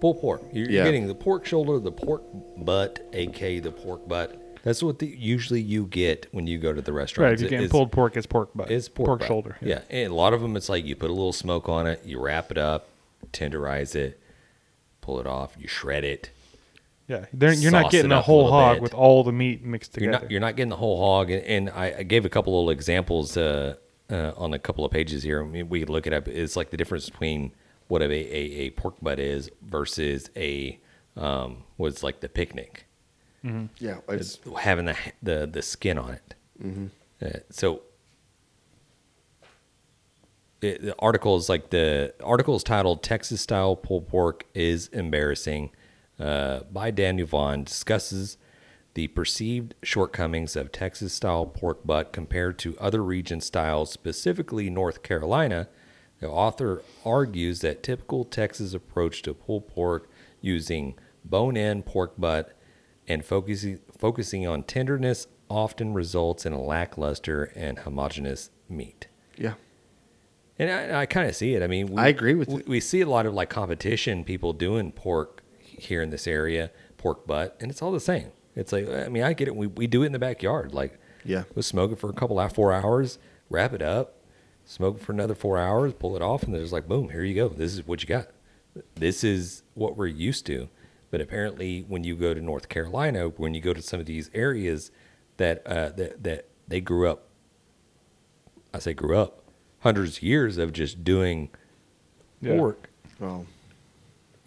[SPEAKER 1] full pork. You're, you're
[SPEAKER 3] Yeah.
[SPEAKER 1] getting the pork shoulder, the pork butt, aka the pork butt. That's what the, usually you get when you go to the restaurant.
[SPEAKER 2] Right, if you're getting pulled pork, it's pork butt.
[SPEAKER 1] It's pork, butt.
[SPEAKER 2] shoulder.
[SPEAKER 1] Yeah. and a lot of them, it's like you put a little smoke on it, you wrap it up, tenderize it, pull it off, you shred it.
[SPEAKER 2] yeah. They're- You're
[SPEAKER 1] Sauce
[SPEAKER 2] not
[SPEAKER 1] it
[SPEAKER 2] getting a
[SPEAKER 1] up a
[SPEAKER 2] whole
[SPEAKER 1] little
[SPEAKER 2] hog
[SPEAKER 1] bit.
[SPEAKER 2] with all the meat mixed
[SPEAKER 1] You're
[SPEAKER 2] together.
[SPEAKER 1] not you're not getting the whole hog. And, and I, I gave a couple little examples uh, uh, on a couple of pages here. I mean, we could look it up. It's like the difference between what a a, a pork butt is versus a um, was like the picnic.
[SPEAKER 3] Yeah. It's,
[SPEAKER 1] having the the, the skin on it. Uh, so it, the article is like the article is titled "Texas Style Pulled Pork is Embarrassing" uh, by Dan Yvonne discusses the perceived shortcomings of Texas style pork butt compared to other region styles, specifically North Carolina. The author argues that typical Texas approach to pulled pork using bone-in pork butt and focusing focusing on tenderness often results in a lackluster and homogeneous meat.
[SPEAKER 3] yeah.
[SPEAKER 1] And I, I kind of see it. I mean, we,
[SPEAKER 3] I agree with
[SPEAKER 1] we,
[SPEAKER 3] it.
[SPEAKER 1] we see a lot of like competition people doing pork here in this area, pork butt, and it's all the same. It's like I mean, I get it. We we do it in the backyard. Like
[SPEAKER 3] Yeah.
[SPEAKER 1] we'll smoke it for a couple hours, four hours, wrap it up, smoke it for another four hours, pull it off, and there's like boom, here you go. This is what you got. This is what we're used to. But apparently, when you go to North Carolina, when you go to some of these areas that uh, that that they grew up I say grew up, hundreds of years of just doing
[SPEAKER 2] Yeah.
[SPEAKER 1] pork.
[SPEAKER 3] Well,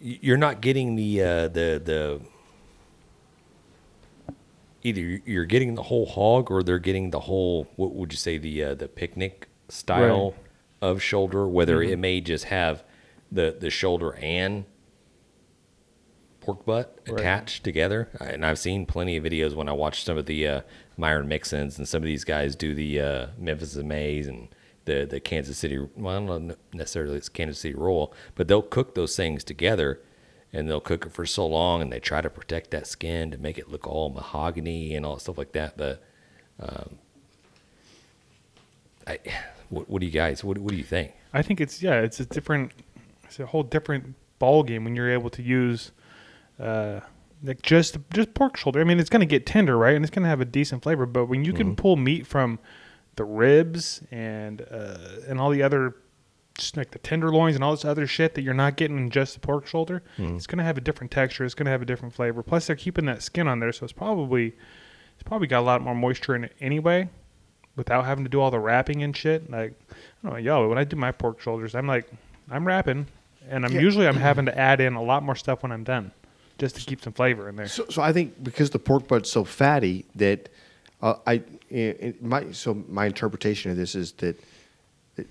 [SPEAKER 1] y- You're not getting the uh, the the either you're getting the whole hog or they're getting the whole what would you say the uh, the picnic style
[SPEAKER 2] Right. Mm-hmm.
[SPEAKER 1] of shoulder. Whether it may just have the the shoulder and pork butt attached together. Uh, And I've seen plenty of videos when I watch some of the uh, Myron Mixons and some of these guys do the uh, Memphis Amaze and the the Kansas City. Well, I don't know necessarily it's Kansas City Roll, but they'll cook those things together, and they'll cook it for so long, and they try to protect that skin to make it look all mahogany and all stuff like that. But um, I, what, what do you guys? What, what do you think?
[SPEAKER 2] I think it's yeah, it's a different, it's a whole different ball game when you're able to use, uh, like just just pork shoulder. I mean, it's gonna get tender, right, and it's gonna have a decent flavor. But when you can pull meat from the ribs and uh, and all the other, just like the tenderloins and all this other shit that you're not getting in just the pork shoulder, it's gonna have a different texture. It's gonna have a different flavor. Plus, they're keeping that skin on there, so it's probably it's probably got a lot more moisture in it anyway without having to do all the wrapping and shit. Like, I don't know, yo, when I do my pork shoulders, I'm like, I'm wrapping, and I'm usually I'm having to add in a lot more stuff when I'm done, just to keep some flavor in there.
[SPEAKER 3] So, so I think because the pork butt's so fatty that uh, I it, it- my so my interpretation of this is that, that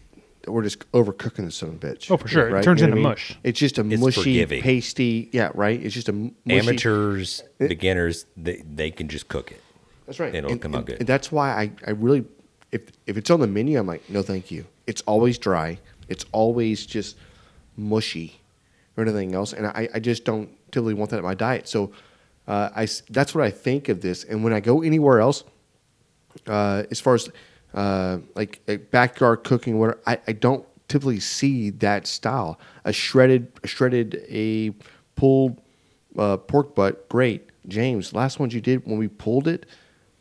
[SPEAKER 3] we're just overcooking the son of a bitch.
[SPEAKER 2] Oh, for sure. It turns
[SPEAKER 3] what
[SPEAKER 2] into mush.
[SPEAKER 3] It's just a
[SPEAKER 1] It's
[SPEAKER 3] mushy,
[SPEAKER 1] forgiving.
[SPEAKER 3] pasty. Yeah, right. It's just a m- mushy,
[SPEAKER 1] Amateurs, beginners, they they can just cook it.
[SPEAKER 3] That's right.
[SPEAKER 1] It'll
[SPEAKER 3] and,
[SPEAKER 1] come out
[SPEAKER 3] and-
[SPEAKER 1] good.
[SPEAKER 3] and that's why I, I really if if it's on the menu, I'm like, no, thank you. It's always dry. It's always just mushy or anything else, and I, I just don't typically want that at my diet. So uh, I s- that's what I think of this. And when I go anywhere else, uh, as far as uh, like uh, backyard cooking, whatever, I, I don't typically see that style. A shredded, a shredded, a pulled uh, pork butt, great. James, last ones you did when we pulled it,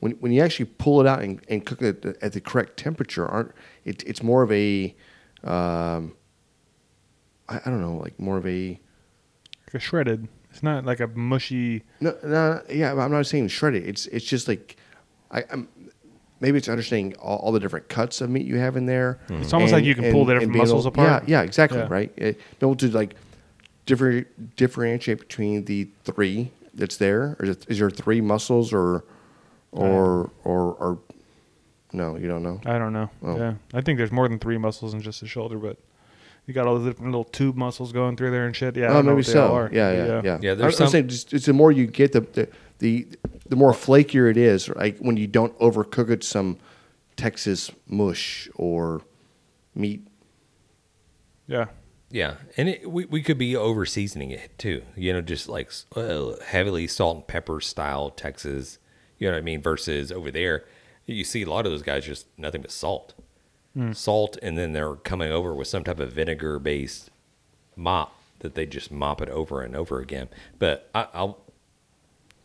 [SPEAKER 3] when, when you actually pull it out and, and cook it at the, at the correct temperature, aren't it, it's more of a, um, I, I don't know, like more of a,
[SPEAKER 2] Like a shredded. It's not like a mushy.
[SPEAKER 3] no, no, yeah, I'm not saying shred it. It's it's just like I, I'm maybe it's understanding all, all the different cuts of meat you have in there.
[SPEAKER 2] Mm-hmm. It's almost like you can pull the different
[SPEAKER 3] being
[SPEAKER 2] muscles
[SPEAKER 3] able-
[SPEAKER 2] apart.
[SPEAKER 3] Yeah, yeah, exactly.
[SPEAKER 2] Yeah.
[SPEAKER 3] Right. It, be able to like differ, differentiate between the three that's there. Or is, it, is there three muscles or or or or no? You don't know. Oh.
[SPEAKER 2] I don't know. Yeah, I think there's more than three muscles in just the shoulder, but You got all the different little tube muscles going through there and shit. Yeah, I
[SPEAKER 3] Oh,
[SPEAKER 2] don't know
[SPEAKER 3] maybe
[SPEAKER 2] what they
[SPEAKER 3] so.
[SPEAKER 2] all are.
[SPEAKER 3] Yeah, yeah, yeah.
[SPEAKER 1] Yeah, there's
[SPEAKER 3] I,
[SPEAKER 1] some-
[SPEAKER 3] am saying just, it's the more you get, the, the the the more flakier it is. Like when you don't overcook it, some Texas mush or meat.
[SPEAKER 2] yeah.
[SPEAKER 1] Yeah, and it, we we could be over seasoning it too. You know, just like s- uh, heavily salt and pepper style Texas. You know what I mean? Versus over there, you see a lot of those guys just nothing but salt, salt, and then they're coming over with some type of vinegar based mop that they just mop it over and over again. But I, I'll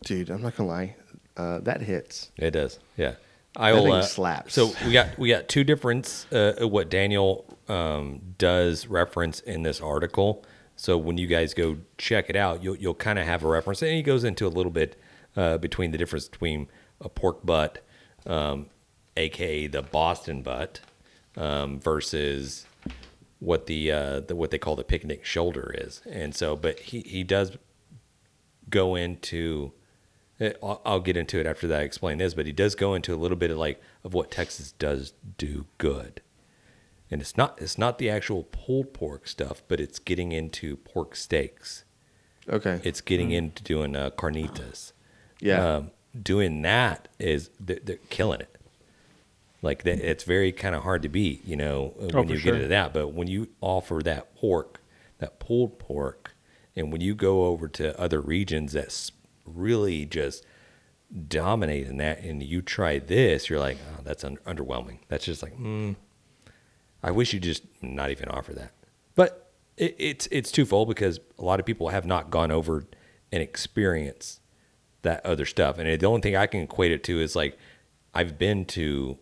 [SPEAKER 3] Dude, I'm not gonna lie, uh, that hits.
[SPEAKER 1] it does. Yeah. I'll,
[SPEAKER 3] thing slaps.
[SPEAKER 1] So we got we got two different uh, what Daniel um, does reference in this article. So when you guys go check it out, you'll you'll kind of have a reference, and he goes into a little bit uh, between the difference between a pork butt, um, aka the Boston butt, um, versus what the, uh, the what they call the picnic shoulder is. And so, but he he does go into eh, I'll, I'll get into it after that I explain this, but he does go into a little bit of like of what Texas does do good. And it's not it's not the actual pulled pork stuff, but it's getting into pork steaks.
[SPEAKER 3] Okay.
[SPEAKER 1] It's getting into doing uh, carnitas.
[SPEAKER 3] yeah.
[SPEAKER 1] Um, doing that is they're, they're killing it. Like that, it's very kind of hard to beat, you know, uh, when
[SPEAKER 2] Oh, for
[SPEAKER 1] you
[SPEAKER 2] sure.
[SPEAKER 1] get into that. But when you offer that pork, that pulled pork, and when you go over to other regions that's really just dominating that, and you try this, you're like, oh, that's un- underwhelming. That's just like, mm, I wish you just not even offer that. But it, it's it's twofold because a lot of people have not gone over and experienced that other stuff. And the only thing I can equate it to is like I've been to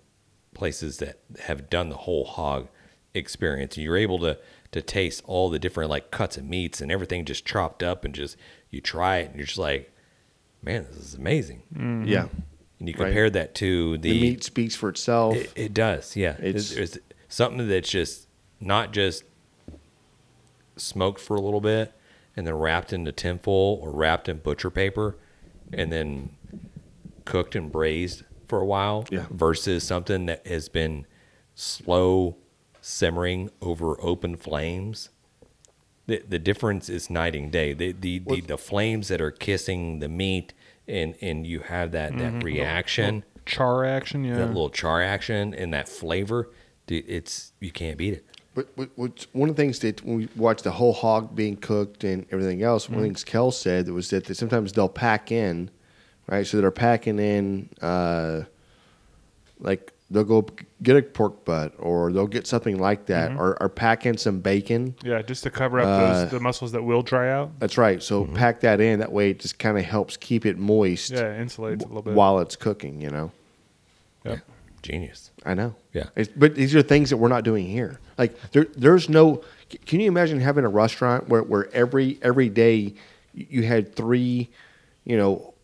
[SPEAKER 1] places that have done the whole hog experience. You're able to to taste all the different like cuts of meats and everything just chopped up and just you try it and you're just like, man, this is amazing.
[SPEAKER 3] yeah.
[SPEAKER 1] And you
[SPEAKER 3] Mm, Right.
[SPEAKER 1] compare that to the,
[SPEAKER 3] Mm-hmm. The, meat speaks for itself.
[SPEAKER 1] it, it does, yeah. It's,
[SPEAKER 3] It's-
[SPEAKER 1] it's something that's just not just smoked for a little bit and then wrapped into tinfoil or wrapped in butcher paper and then cooked and braised for a while
[SPEAKER 3] Yeah.
[SPEAKER 1] versus something that has been slow simmering over open flames. The, the difference is night and day. The the, the, the flames that are kissing the meat and, and you have that,
[SPEAKER 3] Mm-hmm.
[SPEAKER 1] that reaction
[SPEAKER 2] Char action. Yeah.
[SPEAKER 1] that little char action and that flavor, dude, it's you can't beat it.
[SPEAKER 3] But what- what's one of the things that when we watch the whole hog being cooked and everything else,
[SPEAKER 2] Mm.
[SPEAKER 3] one of the things Kel said was that they, sometimes they'll pack in, right? So they're packing in, uh, like they'll go p- get a pork butt or they'll get something like that
[SPEAKER 2] Mm-hmm.
[SPEAKER 3] or, or pack in some bacon.
[SPEAKER 2] yeah, just to cover up those
[SPEAKER 3] Uh,
[SPEAKER 2] the muscles that will dry out.
[SPEAKER 3] That's right. So
[SPEAKER 2] Mm-hmm.
[SPEAKER 3] pack that in. That way it just kind of helps keep it moist
[SPEAKER 2] Yeah, it insulates a little bit.
[SPEAKER 3] while it's cooking, you know?
[SPEAKER 2] Yeah.
[SPEAKER 1] Genius.
[SPEAKER 3] I know.
[SPEAKER 1] Yeah.
[SPEAKER 3] It's, but these are things that we're not doing here. Like there, there's no. c- Can you imagine having a restaurant where, where every every day you you had three, you know,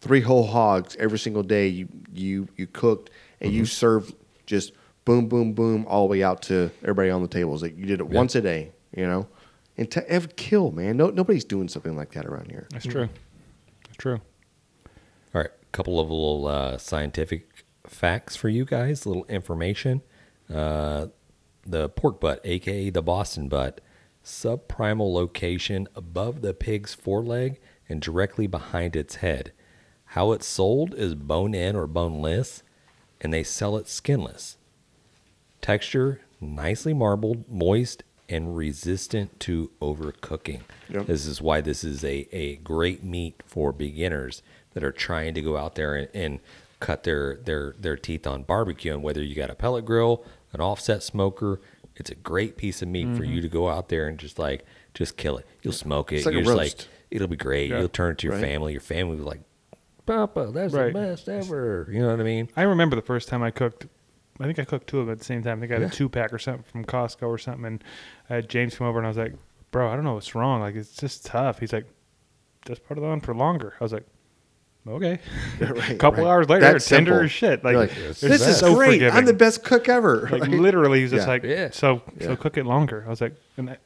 [SPEAKER 3] three whole hogs every single day you you you cooked and you served just boom boom boom all the way out to everybody on the tables. Like you did it once a day, you know, and to ev- kill man. No, nobody's doing something like that around here.
[SPEAKER 2] That's true. That's true.
[SPEAKER 1] All right, a couple of little uh, scientific facts for you guys, little information. Uh, the pork butt, aka the Boston butt, subprimal location above the pig's foreleg and directly behind its head. How it's sold is bone in or boneless, and they sell it skinless. Texture nicely marbled, moist, and resistant to overcooking.
[SPEAKER 3] Yep.
[SPEAKER 1] This is why this is a, a great meat for beginners that are trying to go out there and, and cut their, their, their teeth on barbecue. And whether you got a pellet grill, an offset smoker, it's a great piece of meat for
[SPEAKER 3] Mm-hmm.
[SPEAKER 1] you to go out there and just like, just kill it. You'll smoke it.
[SPEAKER 3] like a
[SPEAKER 1] You're just
[SPEAKER 3] roast.
[SPEAKER 1] it'll be great.
[SPEAKER 2] Yeah.
[SPEAKER 1] You'll turn it to your
[SPEAKER 3] Right.
[SPEAKER 1] family. Your family will be like, Papa, that's
[SPEAKER 2] Right.
[SPEAKER 1] the best ever. You know what I mean?
[SPEAKER 2] I remember the first time I cooked. I think I cooked two of them at the same time. I think I had
[SPEAKER 1] Yeah.
[SPEAKER 2] a two pack or something from Costco or something. And I had James come over and I was like, "Bro, I don't know what's wrong. Like it's just tough." He's like, "That's part of the on for longer." I was like, "Okay."
[SPEAKER 3] [laughs] Right,
[SPEAKER 2] a couple
[SPEAKER 3] right.
[SPEAKER 2] hours later,
[SPEAKER 3] That's
[SPEAKER 2] it's tender
[SPEAKER 3] simple.
[SPEAKER 2] as shit. Like,
[SPEAKER 3] You're like,
[SPEAKER 2] it's
[SPEAKER 3] this is
[SPEAKER 2] so
[SPEAKER 3] great. I'm
[SPEAKER 2] forgiving."
[SPEAKER 3] the best cook ever.
[SPEAKER 2] Like
[SPEAKER 3] [laughs] right?
[SPEAKER 2] literally, he's just
[SPEAKER 3] Yeah.
[SPEAKER 2] like,
[SPEAKER 1] Yeah.
[SPEAKER 2] "So,
[SPEAKER 3] Yeah.
[SPEAKER 2] so cook it longer." I was like, and I,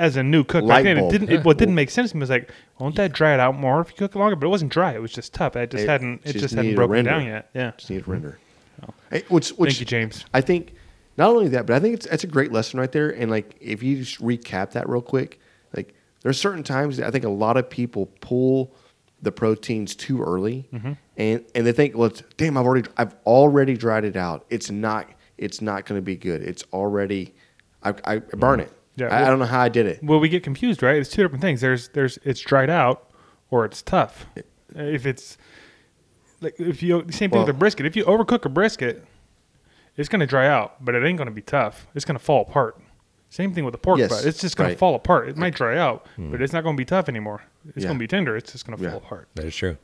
[SPEAKER 2] as a new cook,
[SPEAKER 3] Light
[SPEAKER 2] back then, it
[SPEAKER 3] bulb.
[SPEAKER 2] didn't. It, what didn't make sense to me was like, "Won't that dry it out more if you cook it longer?" But it wasn't dry. It was just tough. I just
[SPEAKER 3] It
[SPEAKER 2] hadn't. It
[SPEAKER 3] just
[SPEAKER 2] just hadn't
[SPEAKER 3] needed to
[SPEAKER 2] broken
[SPEAKER 3] render.
[SPEAKER 2] down yet. Yeah.
[SPEAKER 3] Just need to render. Hey, which, which
[SPEAKER 2] Thank you, James.
[SPEAKER 3] I think Not only that, but I think it's that's a great lesson right there. And like, if you just recap that real quick, like there's certain times that I think a lot of people pull the proteins too early,
[SPEAKER 2] Mm-hmm.
[SPEAKER 3] and and they think, well, it's, damn, I've already I've already dried it out. It's not it's not going to be good. It's already I, I burn it.
[SPEAKER 2] Mm-hmm. Yeah.
[SPEAKER 3] I, I don't know how I did it.
[SPEAKER 2] Well, we get confused, right? It's two different things. There's there's it's dried out or it's tough. If it's like if you same thing
[SPEAKER 3] Well-
[SPEAKER 2] with a brisket. If you overcook a brisket, it's gonna dry out, but it ain't gonna be tough. It's gonna fall apart. Same thing with the pork
[SPEAKER 3] Yes,
[SPEAKER 2] butt. It's just gonna
[SPEAKER 3] right. Hmm.
[SPEAKER 2] fall apart. It might dry out, but it's not gonna be tough anymore. It's
[SPEAKER 3] Yeah.
[SPEAKER 2] gonna be tender. It's just gonna
[SPEAKER 3] Yeah.
[SPEAKER 2] fall
[SPEAKER 3] [laughs]
[SPEAKER 2] apart.
[SPEAKER 1] That is true.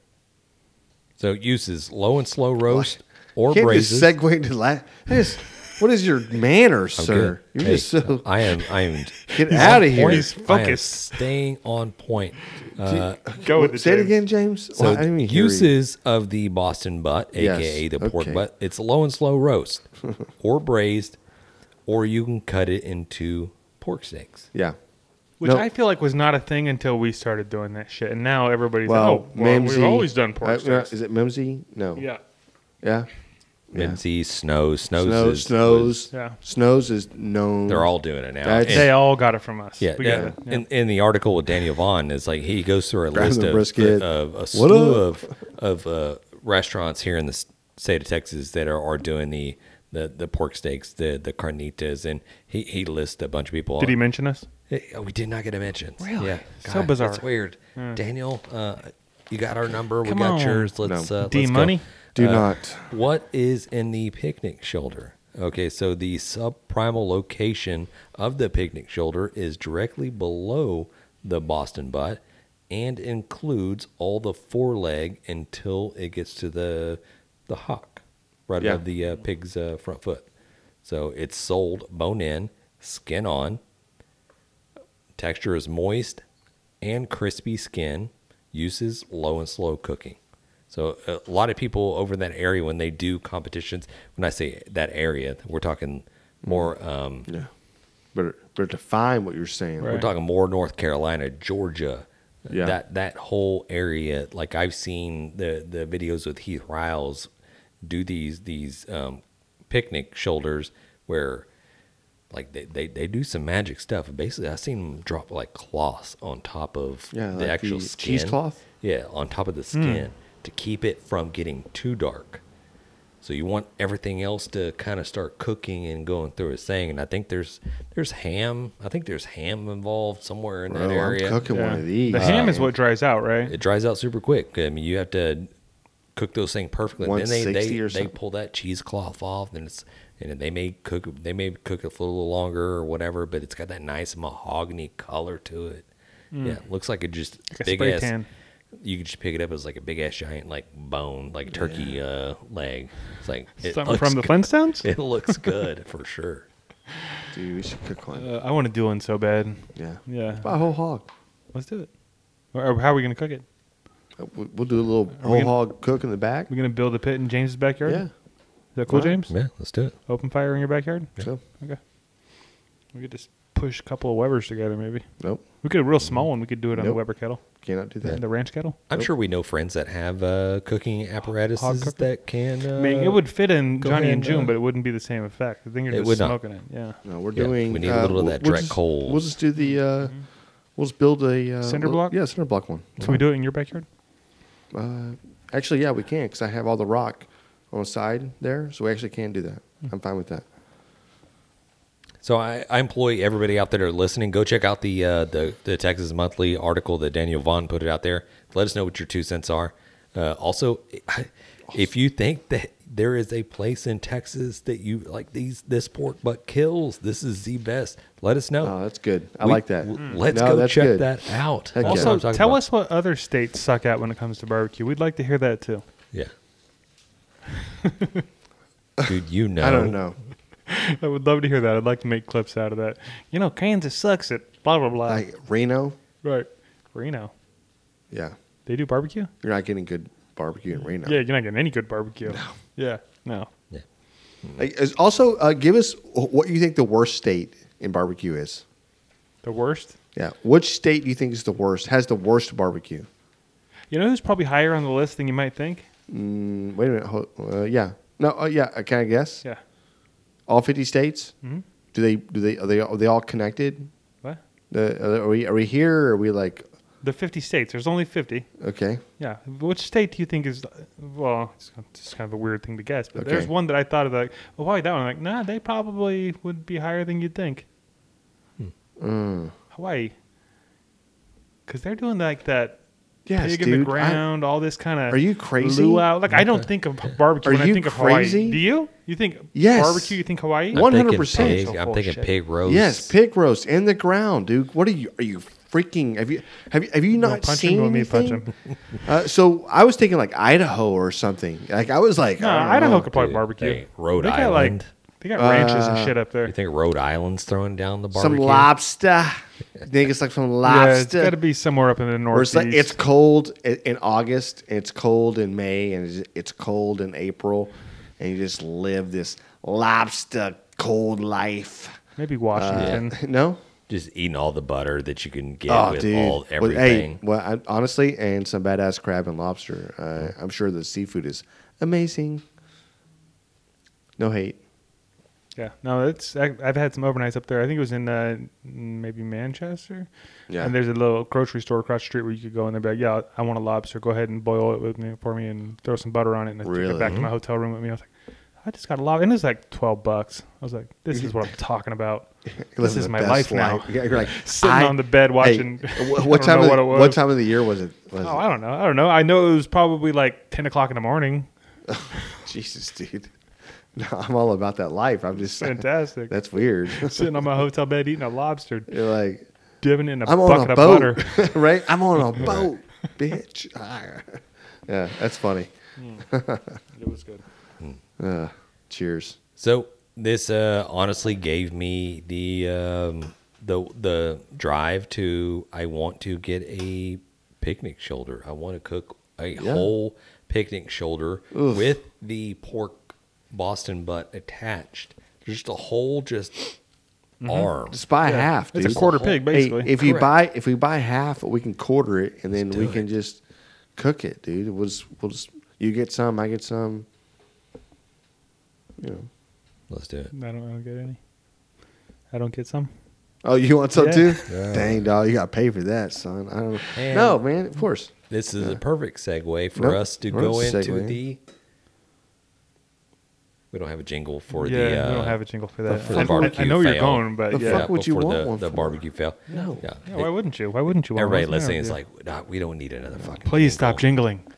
[SPEAKER 1] So uses low and slow roast or
[SPEAKER 3] Can't
[SPEAKER 1] braises.
[SPEAKER 3] just segue into last. [laughs] what is your manners,
[SPEAKER 1] I'm
[SPEAKER 3] sir?
[SPEAKER 1] Oh, good.
[SPEAKER 3] You're
[SPEAKER 1] Hey, uh,
[SPEAKER 3] just so
[SPEAKER 1] I am. I am.
[SPEAKER 3] [laughs] get out of here.
[SPEAKER 1] point.
[SPEAKER 2] He's
[SPEAKER 1] I am
[SPEAKER 2] focused.
[SPEAKER 1] staying on point. Uh,
[SPEAKER 2] Go with it.
[SPEAKER 3] Say it
[SPEAKER 2] James.
[SPEAKER 3] again, James.
[SPEAKER 1] so
[SPEAKER 3] Well, I didn't even hear you.
[SPEAKER 1] uses of the Boston butt,
[SPEAKER 3] Yes,
[SPEAKER 1] aka the pork
[SPEAKER 3] okay.
[SPEAKER 1] butt. It's low and slow
[SPEAKER 3] [laughs]
[SPEAKER 1] roast or braised, or you can cut it into pork steaks.
[SPEAKER 3] Yeah.
[SPEAKER 2] Which
[SPEAKER 3] No.
[SPEAKER 2] I feel like was not a thing until we started doing that shit, and now everybody's
[SPEAKER 3] Well,
[SPEAKER 2] like, oh, well,
[SPEAKER 3] Mimsy-
[SPEAKER 2] we've always done pork
[SPEAKER 3] uh, no,
[SPEAKER 2] steaks.
[SPEAKER 3] Is it Mimsy? No.
[SPEAKER 2] yeah,
[SPEAKER 3] Yeah. Yeah.
[SPEAKER 1] Mincy, Snow, Snows,
[SPEAKER 3] Snows.
[SPEAKER 1] is-
[SPEAKER 3] Snows.
[SPEAKER 2] Yeah.
[SPEAKER 3] Snows is known.
[SPEAKER 1] They're all doing it now.
[SPEAKER 3] That's-
[SPEAKER 1] And-
[SPEAKER 2] they all got it from us.
[SPEAKER 1] Yeah,
[SPEAKER 2] we
[SPEAKER 1] yeah.
[SPEAKER 2] got it. Yeah.
[SPEAKER 1] In, in the article with Daniel Vaughn, it's like he goes through a
[SPEAKER 3] Grab
[SPEAKER 1] list
[SPEAKER 3] the
[SPEAKER 1] of,
[SPEAKER 3] brisket.
[SPEAKER 1] of a
[SPEAKER 3] What
[SPEAKER 1] slew of of uh, restaurants here in the s- state of Texas that are, are doing the, the the pork steaks, the the carnitas, and he he lists a bunch of people.
[SPEAKER 2] Did he mention us?
[SPEAKER 1] Hey, oh, we did not get a mention.
[SPEAKER 2] Really?
[SPEAKER 1] Yeah.
[SPEAKER 2] So bizarre.
[SPEAKER 1] That's weird. Daniel, uh, you got our number.
[SPEAKER 2] Come
[SPEAKER 1] we got
[SPEAKER 2] on.
[SPEAKER 1] yours. Let's
[SPEAKER 3] No.
[SPEAKER 1] uh, let's
[SPEAKER 2] D
[SPEAKER 1] go.
[SPEAKER 2] money.
[SPEAKER 3] Do not.
[SPEAKER 1] What is in the picnic shoulder? Okay, so the subprimal location of the picnic shoulder is directly below the Boston butt and includes all the foreleg until it gets to the the hock, right
[SPEAKER 3] Yeah.
[SPEAKER 1] above the uh, pig's uh, front foot. So it's sold bone in, skin on. Texture is moist and crispy skin. Uses low and slow cooking. So uh, a lot of people over in that area when they do competitions. When I say that area, we're talking more. Um,
[SPEAKER 3] Yeah. Better, better define what you're saying.
[SPEAKER 2] Right.
[SPEAKER 1] We're talking more North Carolina, Georgia.
[SPEAKER 3] Yeah.
[SPEAKER 1] That that whole area, like I've seen the the videos with Heath Riles do these these um, picnic shoulders where like they, they, they do some magic stuff. Basically, I've seen them drop like cloths on top of
[SPEAKER 3] Yeah,
[SPEAKER 1] the
[SPEAKER 3] like
[SPEAKER 1] actual
[SPEAKER 3] the
[SPEAKER 1] skin.
[SPEAKER 3] cheesecloth?
[SPEAKER 1] Yeah, on top of the skin to keep it from getting too dark. So you want everything else to kind of start cooking and going through its thing. And I think there's there's ham. I think there's ham involved somewhere in
[SPEAKER 3] Bro,
[SPEAKER 1] that area.
[SPEAKER 3] I'm cooking one
[SPEAKER 2] Yeah.
[SPEAKER 3] of these.
[SPEAKER 2] The ham is
[SPEAKER 3] man.
[SPEAKER 2] what dries out, right?
[SPEAKER 1] Uh, It dries out super quick. I mean, you have to cook those things perfectly. Then they they,
[SPEAKER 3] 160 or
[SPEAKER 1] they
[SPEAKER 3] something.
[SPEAKER 1] pull that cheesecloth off, and it's and they may cook they may cook it for a little longer or whatever. But it's got that nice mahogany color to it. Yeah, it looks like it just
[SPEAKER 2] Hmm. Like a
[SPEAKER 1] big
[SPEAKER 2] spray
[SPEAKER 1] ass.
[SPEAKER 2] tan.
[SPEAKER 1] You could just pick it up as like a big ass giant like bone like turkey uh, leg. It's like it
[SPEAKER 2] Something
[SPEAKER 1] looks
[SPEAKER 2] from the
[SPEAKER 1] good. [laughs]
[SPEAKER 2] Flintstones?
[SPEAKER 1] It looks good for sure.
[SPEAKER 3] Dude, we should cook one.
[SPEAKER 2] Uh, I want to do one so bad.
[SPEAKER 3] yeah.
[SPEAKER 2] Yeah,
[SPEAKER 3] Buy a whole hog.
[SPEAKER 2] let's do it. Or, or how are we gonna cook it?
[SPEAKER 3] Uh, we- We'll do a little whole
[SPEAKER 2] gonna-
[SPEAKER 3] hog cook in the back.
[SPEAKER 2] We gonna build a pit in James's backyard?
[SPEAKER 3] Yeah.
[SPEAKER 2] Is that cool,
[SPEAKER 3] Right.
[SPEAKER 2] James?
[SPEAKER 1] Yeah, let's do it.
[SPEAKER 2] Open fire in your backyard?
[SPEAKER 3] So,
[SPEAKER 2] Okay. We could just push a couple of Webers together, maybe.
[SPEAKER 3] nope.
[SPEAKER 2] We could a real small one. We could do it on the
[SPEAKER 3] Nope.
[SPEAKER 2] Weber kettle,
[SPEAKER 3] Cannot do that.
[SPEAKER 2] the ranch kettle.
[SPEAKER 1] I'm sure we know friends that have uh, cooking apparatuses
[SPEAKER 2] cooker?
[SPEAKER 1] that can. Uh,
[SPEAKER 2] I mean, it would fit in
[SPEAKER 1] go
[SPEAKER 2] Johnny
[SPEAKER 1] ahead
[SPEAKER 2] and
[SPEAKER 1] and,
[SPEAKER 2] June,
[SPEAKER 1] uh,
[SPEAKER 2] but it wouldn't be the same effect. I think you're
[SPEAKER 1] It
[SPEAKER 2] just
[SPEAKER 1] would not.
[SPEAKER 2] smoking it. Yeah.
[SPEAKER 3] No, we're
[SPEAKER 1] Yeah,
[SPEAKER 3] doing. uh,
[SPEAKER 1] we need a little of
[SPEAKER 3] we'll-
[SPEAKER 1] that
[SPEAKER 3] we'll
[SPEAKER 1] direct
[SPEAKER 3] just-
[SPEAKER 1] coal.
[SPEAKER 3] We'll just do the. Uh, We'll just build a uh,
[SPEAKER 2] Mm-hmm. Cinder
[SPEAKER 3] little-
[SPEAKER 2] block?
[SPEAKER 3] Yeah, cinder block one.
[SPEAKER 2] So we do it in your backyard?
[SPEAKER 3] Uh, actually, yeah, we can because I have all the rock on the side there, so we actually can do that.
[SPEAKER 1] Hmm.
[SPEAKER 3] I'm fine with that.
[SPEAKER 1] So I, I employ everybody out there that are listening. Go check out the uh, the the Texas Monthly article that Daniel Vaughn put it out there. Let us know what your two cents are. Uh, also, [laughs] if you think that there is a place in Texas that you like these this pork butt kills, this is the best. Let us know.
[SPEAKER 3] Oh, that's good. I
[SPEAKER 1] We-
[SPEAKER 3] like that. Hmm.
[SPEAKER 1] w- Let's
[SPEAKER 3] No,
[SPEAKER 1] go
[SPEAKER 3] that's
[SPEAKER 1] check
[SPEAKER 3] good.
[SPEAKER 1] that out.
[SPEAKER 3] Heck yeah.
[SPEAKER 1] That's what
[SPEAKER 2] Also,
[SPEAKER 1] I'm talking
[SPEAKER 2] tell
[SPEAKER 1] about.
[SPEAKER 2] us what other states suck at when it comes to barbecue. We'd like to hear that too.
[SPEAKER 3] [laughs]
[SPEAKER 1] Yeah. Dude, you know.
[SPEAKER 3] I don't know.
[SPEAKER 2] I would love to hear that. I'd like to make clips out of that. You know, Kansas sucks at blah blah
[SPEAKER 1] Uh,
[SPEAKER 2] blah.
[SPEAKER 3] Like Reno,
[SPEAKER 2] right. Reno.
[SPEAKER 3] yeah,
[SPEAKER 2] They do barbecue?
[SPEAKER 3] you're not getting good barbecue in Reno.
[SPEAKER 2] Yeah, you're not getting any good barbecue. Yeah. No.
[SPEAKER 1] Yeah.
[SPEAKER 3] Like, is- also, uh, give us wh- what you think the worst state in barbecue is.
[SPEAKER 2] The worst?
[SPEAKER 3] Yeah, which state do you think is the worst? Has the worst barbecue?
[SPEAKER 2] You know who's probably higher on the list than you might think?
[SPEAKER 3] Mm, Wait a minute. Hold, uh, yeah. No. Uh, yeah. Can I uh, guess?
[SPEAKER 2] Yeah. Mm-hmm.
[SPEAKER 3] all fifty states? Do they do they are they are they all connected?
[SPEAKER 2] What?
[SPEAKER 3] The, are we are we here? Or are we like
[SPEAKER 2] The 50 states. There's only 50.
[SPEAKER 3] okay?
[SPEAKER 2] Yeah. Which state do you think is, well, it's kind- it's kind of a weird thing to guess, but there's
[SPEAKER 3] Okay.
[SPEAKER 2] one that I thought of like, oh, why that one? I'm like, nah, they probably would be higher than you'd think.
[SPEAKER 3] Mm.
[SPEAKER 2] Hawaii. Because they're doing like that
[SPEAKER 3] Yes,
[SPEAKER 2] pig
[SPEAKER 3] dude.
[SPEAKER 2] in the
[SPEAKER 3] I-
[SPEAKER 2] ground, all this kind of.
[SPEAKER 3] Are you crazy?
[SPEAKER 2] Luau. Like, I don't think of barbecue
[SPEAKER 3] Are
[SPEAKER 2] when I
[SPEAKER 3] you
[SPEAKER 2] think of
[SPEAKER 3] crazy?
[SPEAKER 2] Hawaii. Do you? You think
[SPEAKER 3] Yes.
[SPEAKER 2] barbecue, you think Hawaii?
[SPEAKER 3] What?
[SPEAKER 1] I'm thinking
[SPEAKER 3] 100%.
[SPEAKER 1] pig-
[SPEAKER 2] Oh,
[SPEAKER 1] I'm thinking
[SPEAKER 2] shit.
[SPEAKER 1] pig roast.
[SPEAKER 3] Yes, pig roast in the ground, dude. What are you? Are you freaking? Have you have you have you
[SPEAKER 2] No,
[SPEAKER 3] not
[SPEAKER 2] punch him,
[SPEAKER 3] seen
[SPEAKER 2] you want me to
[SPEAKER 3] anything?
[SPEAKER 2] punch
[SPEAKER 3] [laughs] Uh, so I was thinking like Idaho or something. Like I was like,
[SPEAKER 2] No,
[SPEAKER 3] I don't
[SPEAKER 2] Idaho
[SPEAKER 3] know.
[SPEAKER 2] could probably
[SPEAKER 1] dude.
[SPEAKER 2] barbecue.
[SPEAKER 1] Hey, Rhode
[SPEAKER 2] they got,
[SPEAKER 1] Island.
[SPEAKER 2] Like, they got ranches and
[SPEAKER 3] Uh,
[SPEAKER 2] shit up there.
[SPEAKER 1] You think Rhode Island's throwing down the
[SPEAKER 3] some
[SPEAKER 1] barbecue?
[SPEAKER 3] lobster.
[SPEAKER 2] [laughs]
[SPEAKER 3] You think it's like some
[SPEAKER 2] Yeah, it's
[SPEAKER 3] lobster?
[SPEAKER 2] got to be somewhere up in the
[SPEAKER 3] or it's
[SPEAKER 2] northeast.
[SPEAKER 3] like it's cold i- in August, and it's cold in May, and it's- it's cold in April, and you just live this lobster cold life.
[SPEAKER 2] [laughs] maybe
[SPEAKER 3] Uh,
[SPEAKER 2] Washington.
[SPEAKER 3] No,
[SPEAKER 1] Just eating all the butter that you can get
[SPEAKER 3] Oh,
[SPEAKER 1] with
[SPEAKER 3] dude.
[SPEAKER 1] all
[SPEAKER 3] Well,
[SPEAKER 1] everything.
[SPEAKER 3] hey, well, I, honestly, and some badass crab and lobster. Uh, I'm sure the seafood is amazing. No hate.
[SPEAKER 2] Yeah, no, it's I, I've had some overnights up there. I think it was in uh, maybe Manchester.
[SPEAKER 3] Yeah.
[SPEAKER 2] And there's a little grocery store across the street where you could go in there. Be like, yeah, I want a lobster. Go ahead and boil it with me for me and throw some butter on it. And I took
[SPEAKER 3] Really?
[SPEAKER 2] it back to my hotel room with me. I was like, I just got a lobster, and it's like twelve bucks. I was like, this is what I'm talking
[SPEAKER 3] [laughs]
[SPEAKER 2] about. this
[SPEAKER 3] Living
[SPEAKER 2] is
[SPEAKER 3] the
[SPEAKER 2] my
[SPEAKER 3] best
[SPEAKER 2] life now.
[SPEAKER 3] Yeah, you're [laughs] like
[SPEAKER 2] Sitting
[SPEAKER 3] I-
[SPEAKER 2] on the bed
[SPEAKER 3] hey,
[SPEAKER 2] watching. [laughs]
[SPEAKER 3] wh-
[SPEAKER 2] I
[SPEAKER 3] what
[SPEAKER 2] don't
[SPEAKER 3] time?
[SPEAKER 2] know
[SPEAKER 3] Of,
[SPEAKER 2] what
[SPEAKER 3] the-
[SPEAKER 2] it was.
[SPEAKER 3] what time of the year was it? Was
[SPEAKER 2] Oh, I don't know. I don't know. I know it was probably like ten o'clock in the morning.
[SPEAKER 3] it? Jesus, dude. [laughs] No, I'm all about that life. I'm just
[SPEAKER 2] Fantastic.
[SPEAKER 3] [laughs] That's weird.
[SPEAKER 2] Sitting on my hotel bed eating a lobster,
[SPEAKER 3] You're like
[SPEAKER 2] dipping it in a
[SPEAKER 3] I'm on
[SPEAKER 2] bucket
[SPEAKER 3] a
[SPEAKER 2] of
[SPEAKER 3] boat,
[SPEAKER 2] butter.
[SPEAKER 3] [laughs] right? I'm on
[SPEAKER 2] [laughs]
[SPEAKER 3] a boat, bitch. [laughs] Ah. yeah, that's funny.
[SPEAKER 2] It was good.
[SPEAKER 3] Uh, cheers.
[SPEAKER 1] So this uh, honestly gave me the um, the the drive to I want to get a picnic shoulder. I want to cook a whole picnic shoulder with the pork Boston butt attached. Just a whole just
[SPEAKER 2] Mm-hmm.
[SPEAKER 1] arm.
[SPEAKER 3] Just buy half.
[SPEAKER 2] It's a
[SPEAKER 3] dude.
[SPEAKER 2] quarter pig,
[SPEAKER 3] Hey,
[SPEAKER 2] basically.
[SPEAKER 3] if you
[SPEAKER 1] Correct.
[SPEAKER 3] buy if we buy half, we can quarter it, and then
[SPEAKER 1] Let's
[SPEAKER 3] we
[SPEAKER 1] do
[SPEAKER 3] can just cook it, dude. We'll just, we'll just you get some, I get some. You know.
[SPEAKER 1] Let's do it.
[SPEAKER 2] I don't, I don't get any. I don't get some.
[SPEAKER 3] Oh, you want some
[SPEAKER 2] Yeah.
[SPEAKER 3] too? Dang, dog, you got to pay for that, son. I don't.
[SPEAKER 1] And-
[SPEAKER 3] no, man, of course.
[SPEAKER 1] This is a perfect segue for
[SPEAKER 3] Nope.
[SPEAKER 1] us to
[SPEAKER 3] We're
[SPEAKER 1] go
[SPEAKER 3] not
[SPEAKER 1] into
[SPEAKER 3] segueing.
[SPEAKER 1] the. We don't have a jingle for
[SPEAKER 2] yeah,
[SPEAKER 1] the. Uh,
[SPEAKER 2] we don't have a jingle for that.
[SPEAKER 1] for
[SPEAKER 2] I,
[SPEAKER 1] the barbecue.
[SPEAKER 2] I know where you're
[SPEAKER 1] fail.
[SPEAKER 2] going, but
[SPEAKER 3] The
[SPEAKER 2] yeah.
[SPEAKER 3] fuck would you
[SPEAKER 1] before
[SPEAKER 3] want
[SPEAKER 1] the,
[SPEAKER 3] one
[SPEAKER 1] the
[SPEAKER 3] for?
[SPEAKER 1] barbecue fail.
[SPEAKER 3] No.
[SPEAKER 1] Yeah.
[SPEAKER 2] Yeah, why wouldn't you? Why wouldn't you? want
[SPEAKER 1] Everybody
[SPEAKER 2] one? Yeah,
[SPEAKER 1] listening is
[SPEAKER 2] yeah.
[SPEAKER 1] like, nah, we don't need another fucking.
[SPEAKER 2] please stop
[SPEAKER 1] jingle."
[SPEAKER 2] jingling.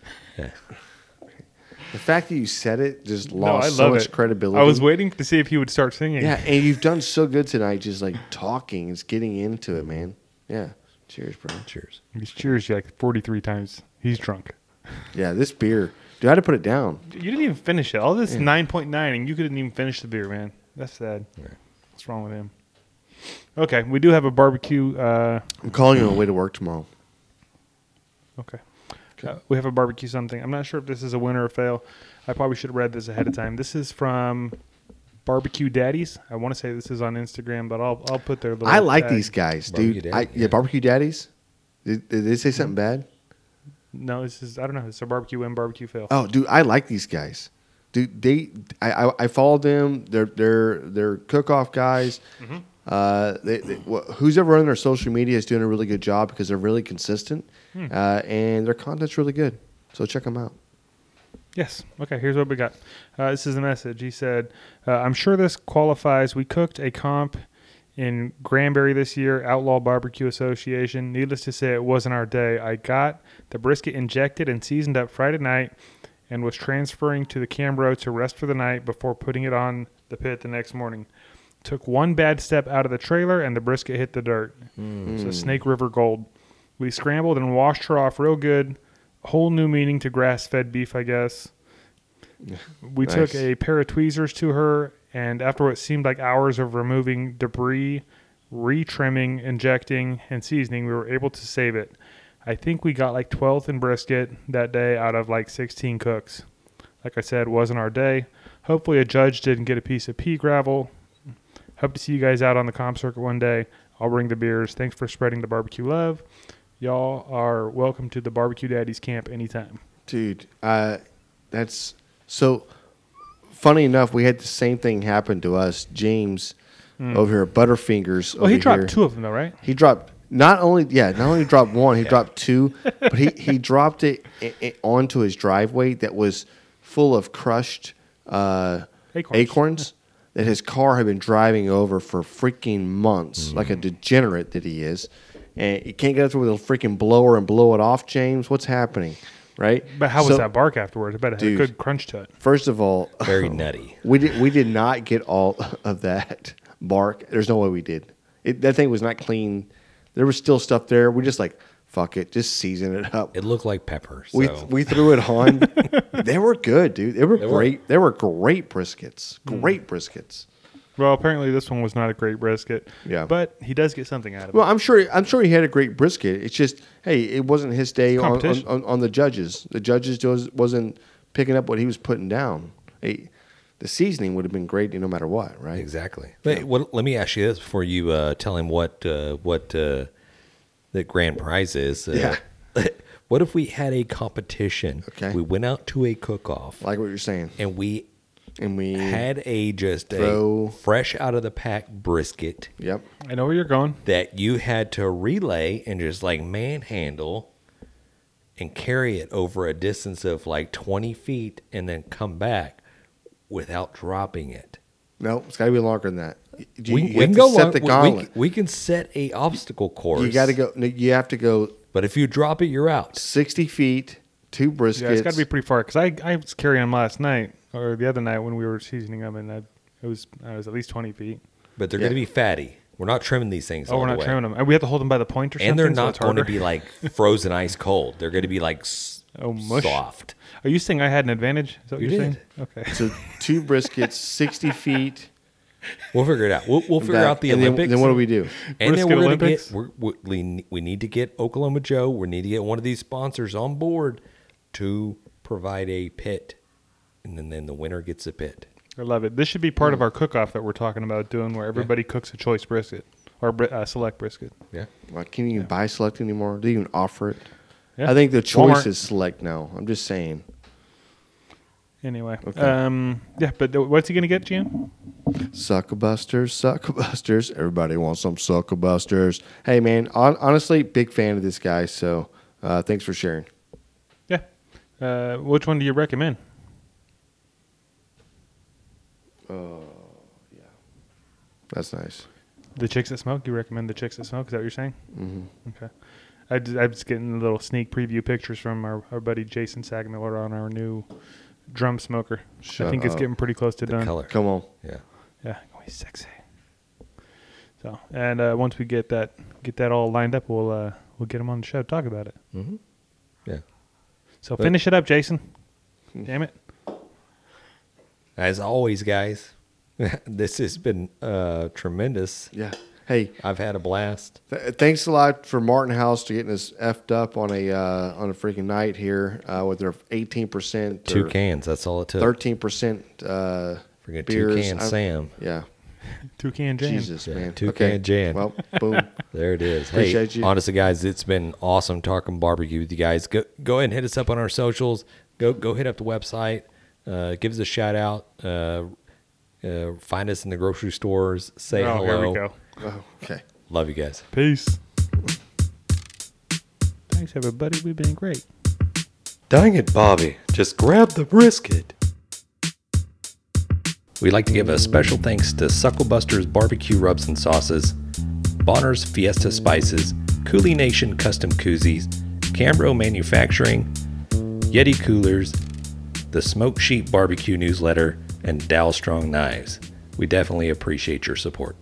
[SPEAKER 3] The fact that you said it just
[SPEAKER 2] No, I
[SPEAKER 3] lost
[SPEAKER 2] love
[SPEAKER 3] so much
[SPEAKER 2] it.
[SPEAKER 3] credibility.
[SPEAKER 2] I was waiting to see if he would start singing.
[SPEAKER 3] Yeah, and you've done so good tonight, just like talking, it's getting into it, man. Yeah. Cheers, bro.
[SPEAKER 1] Cheers.
[SPEAKER 2] He's cheers you like 43 times. He's drunk.
[SPEAKER 3] Yeah, this beer, dude, I had to put it down.
[SPEAKER 2] You didn't even finish it. All this 9.9, and you couldn't even finish the beer, man. That's sad. What's wrong with him? Okay, we do have a barbecue. Uh,
[SPEAKER 3] I'm calling you on the way to work tomorrow.
[SPEAKER 2] Okay. Uh, we have a barbecue something. I'm not sure if this is a win or a fail. I probably should have read this ahead of time. This is from Barbecue Daddies. I want to say this is on Instagram, but I'll I'll put their little.
[SPEAKER 3] I like
[SPEAKER 2] tag.
[SPEAKER 3] these guys,
[SPEAKER 1] Barbecue
[SPEAKER 3] dude.
[SPEAKER 1] Daddy,
[SPEAKER 3] I, yeah.
[SPEAKER 1] yeah. Mm-hmm.
[SPEAKER 3] barbecue daddies. Did, did they say something bad?
[SPEAKER 2] No, this is I don't know. It's a barbecue win, barbecue fail.
[SPEAKER 3] Oh, dude, I like these guys. Dude, they I I, I follow them. They're they're they're cook off guys.
[SPEAKER 2] Mm-hmm.
[SPEAKER 3] Uh, they, they, wh- who's ever running their social media is doing a really good job because they're really consistent,
[SPEAKER 2] Hmm.
[SPEAKER 3] uh, and their content's really good. So check them out.
[SPEAKER 2] Yes. Okay, here's what we got. Uh, this is a message. He said, uh, I'm sure this qualifies. We cooked a comp in Granbury this year, Outlaw Barbecue Association. Needless to say, it wasn't our day. I got the brisket injected and seasoned up Friday night and was transferring to the Cambro to rest for the night before putting it on the pit the next morning. Took one bad step out of the trailer and the brisket hit the dirt. So Snake River Gold. We scrambled and washed her off real good. Whole new meaning to grass fed beef, I guess. We took
[SPEAKER 3] Nice.
[SPEAKER 2] a pair of tweezers to her, and after what seemed like hours of removing debris, retrimming, injecting, and seasoning, we were able to save it. I think we got like 12th in brisket that day out of like 16 cooks. Like I said, wasn't our day. Hopefully, a judge didn't get a piece of pea gravel. Hope to see you guys out on the comp circuit one day. I'll bring the beers. Thanks for spreading the barbecue love. Y'all are welcome to the Barbecue Daddies camp anytime.
[SPEAKER 3] Dude, uh, that's so. funny enough, we had the same thing happen to us. James over here, Butterfingers.
[SPEAKER 2] Well, Hmm.
[SPEAKER 3] over
[SPEAKER 2] Oh, he dropped
[SPEAKER 3] here.
[SPEAKER 2] two of them though, right?
[SPEAKER 3] He dropped not only yeah, not only dropped
[SPEAKER 2] [laughs]
[SPEAKER 3] one, he dropped two, but he he dropped it, i i onto his driveway that was full of crushed uh,
[SPEAKER 2] Acorns.
[SPEAKER 3] acorns.
[SPEAKER 2] [laughs]
[SPEAKER 3] that his car had been driving over for freaking
[SPEAKER 2] Mm.
[SPEAKER 3] months, like a degenerate that he is. And you can't get up there with a freaking blower and blow it off, James. What's happening, right?
[SPEAKER 2] But how was
[SPEAKER 3] So,
[SPEAKER 2] that bark afterwards? I bet it had
[SPEAKER 3] Dude.
[SPEAKER 2] a good crunch to it.
[SPEAKER 3] First of all, [laughs]
[SPEAKER 1] [laughs] Very nutty.
[SPEAKER 3] we did we did not get all [laughs] of that bark. There's no way we did. It, that thing was not clean. There was still stuff there. We just like fuck it, just season it up.
[SPEAKER 1] It looked like pepper. So.
[SPEAKER 3] we we threw it
[SPEAKER 1] [laughs]
[SPEAKER 3] on. they were good, dude. They were
[SPEAKER 1] were. Hmm.
[SPEAKER 3] great. They were great briskets. Great briskets.
[SPEAKER 2] Well, apparently this one was not a great brisket.
[SPEAKER 3] Yeah.
[SPEAKER 2] But he does get something out of
[SPEAKER 3] Well,
[SPEAKER 2] it.
[SPEAKER 3] I'm sure I'm sure he had a great brisket. It's just hey, it wasn't his day on, on,
[SPEAKER 2] competition.
[SPEAKER 3] on, on the judges. The judges was, wasn't picking up what he was putting down. Hey, the seasoning would have been great no matter what, right?
[SPEAKER 1] Exactly. Wait, what, let me ask you this before you uh, tell him what uh, what uh, the grand prize is. Uh, [laughs] what if we had a competition?
[SPEAKER 3] Okay.
[SPEAKER 1] We went out to a cook off
[SPEAKER 3] Like what you're saying.
[SPEAKER 1] and we
[SPEAKER 3] And we
[SPEAKER 1] had a just a
[SPEAKER 3] Throw-
[SPEAKER 1] fresh out of the pack brisket
[SPEAKER 3] Yep.
[SPEAKER 2] I know where you're going.
[SPEAKER 1] that you had to relay and just like manhandle and carry it over a distance of like 20 feet and then come back without dropping it.
[SPEAKER 3] No, it's got to be longer than that. You,
[SPEAKER 1] we,
[SPEAKER 3] you
[SPEAKER 1] we
[SPEAKER 3] have
[SPEAKER 1] can
[SPEAKER 3] to
[SPEAKER 1] go
[SPEAKER 3] set
[SPEAKER 1] long,
[SPEAKER 3] the
[SPEAKER 1] we- we
[SPEAKER 3] gauntlet.
[SPEAKER 1] can- We, can set a obstacle course.
[SPEAKER 3] you got to go. no, You have to go
[SPEAKER 1] But if you drop it, you're out.
[SPEAKER 3] sixty feet, two briskets.
[SPEAKER 2] Yeah, it's got to be pretty far because I, I was carrying them last night or the other night when we were seasoning them, and I, it was I was at least twenty feet.
[SPEAKER 1] But they're
[SPEAKER 3] Yeah.
[SPEAKER 1] going to be fatty. We're not trimming these things.
[SPEAKER 2] Oh,
[SPEAKER 1] all
[SPEAKER 2] we're
[SPEAKER 1] the
[SPEAKER 2] not
[SPEAKER 1] way.
[SPEAKER 2] trimming them, and we have to hold them by the point or something.
[SPEAKER 1] And they're
[SPEAKER 2] so
[SPEAKER 1] not
[SPEAKER 2] it's
[SPEAKER 1] going to
[SPEAKER 2] harder.
[SPEAKER 1] be
[SPEAKER 2] [laughs]
[SPEAKER 1] like frozen ice cold. They're going to be like s-
[SPEAKER 2] Oh, mush.
[SPEAKER 1] soft.
[SPEAKER 2] Are you saying I had an advantage? Is that what
[SPEAKER 1] You
[SPEAKER 2] you are
[SPEAKER 1] did.
[SPEAKER 2] saying? Okay.
[SPEAKER 3] so two briskets, sixty feet.
[SPEAKER 1] [laughs] We'll figure it out. We'll, we'll figure
[SPEAKER 3] back,
[SPEAKER 1] out the
[SPEAKER 3] and then-
[SPEAKER 1] Olympics.
[SPEAKER 3] Then, what do we do?
[SPEAKER 1] And then
[SPEAKER 2] Brisket
[SPEAKER 1] we're going to
[SPEAKER 2] Olympics?
[SPEAKER 1] get we're, we- we ne- we need to get Oklahoma Joe. We need to get one of these sponsors on board to provide a pit, and then then the winner gets a pit.
[SPEAKER 2] I love it. This should be
[SPEAKER 3] Mm.
[SPEAKER 2] part of our cook-off that we're talking about doing, where everybody cooks a choice brisket or bri- uh, select brisket.
[SPEAKER 1] Yeah.
[SPEAKER 3] Like, can you even buy select anymore? Do you even offer it?
[SPEAKER 2] Yeah.
[SPEAKER 3] I think the choice
[SPEAKER 2] Walmart.
[SPEAKER 3] is select now. I'm just saying.
[SPEAKER 2] Anyway,
[SPEAKER 3] Okay.
[SPEAKER 2] um, yeah, but th- what's he gonna get, Jim?
[SPEAKER 3] Suckabusters, suckabusters. Everybody wants some suckabusters. Hey man, on, honestly, big fan of this guy. So uh, thanks for sharing.
[SPEAKER 2] Yeah. Uh, which one do you recommend?
[SPEAKER 3] That's nice.
[SPEAKER 2] The chicks that smoke. You recommend the chicks that smoke? Is that what you're saying? Mm-hmm. Okay. I, d- I was getting little sneak preview pictures from our, our buddy Jason Sagamiller on our new drum smoker. I
[SPEAKER 3] Shut
[SPEAKER 2] think it's
[SPEAKER 3] up.
[SPEAKER 2] getting pretty close to done.
[SPEAKER 1] Color.
[SPEAKER 3] Come on.
[SPEAKER 1] Yeah.
[SPEAKER 2] Yeah, going sexy. So, and uh, once we get that get that all lined up, we'll uh, we'll get him on the show to talk about it.
[SPEAKER 1] Yeah.
[SPEAKER 2] So finish it up, Jason. Damn it.
[SPEAKER 1] As always, guys, [laughs] this has been uh, tremendous.
[SPEAKER 3] Yeah. Hey,
[SPEAKER 1] I've had a blast.
[SPEAKER 3] Th- thanks a lot for Martin House to getting us effed up on a uh, on a freaking night here uh, with their eighteen percent,
[SPEAKER 1] Two cans. That's all it took.
[SPEAKER 3] thirteen percent uh,
[SPEAKER 1] Freaking
[SPEAKER 3] beers.
[SPEAKER 1] two can
[SPEAKER 3] I-
[SPEAKER 1] Sam.
[SPEAKER 3] Yeah,
[SPEAKER 2] Toucan Jan.
[SPEAKER 3] Jesus
[SPEAKER 1] Yeah,
[SPEAKER 3] man,
[SPEAKER 1] Toucan Jan.
[SPEAKER 3] Well, boom. [laughs]
[SPEAKER 1] There it is.
[SPEAKER 3] Appreciate
[SPEAKER 1] hey,
[SPEAKER 3] you.
[SPEAKER 1] honestly, guys, it's been awesome talking barbecue with you guys. Go go ahead and hit us up on our socials. Go go hit up the website. Uh, give us a shout out. Uh, uh, find us in the grocery stores. Say
[SPEAKER 2] Oh,
[SPEAKER 1] hello.
[SPEAKER 2] here we go.
[SPEAKER 3] Oh, okay.
[SPEAKER 1] Love you guys.
[SPEAKER 2] Peace. Thanks, everybody. We've been great.
[SPEAKER 1] Dang it, Bobby. Just grab the brisket. We'd like to give a special thanks to Sucklebuster's Barbecue Rubs and Sauces, Bonner's Fiesta Spices, Cooley Nation Custom Koozies, Cambro Manufacturing, Yeti Coolers, the Smoke Sheep Barbecue Newsletter, and Dow Strong Knives. We definitely appreciate your support.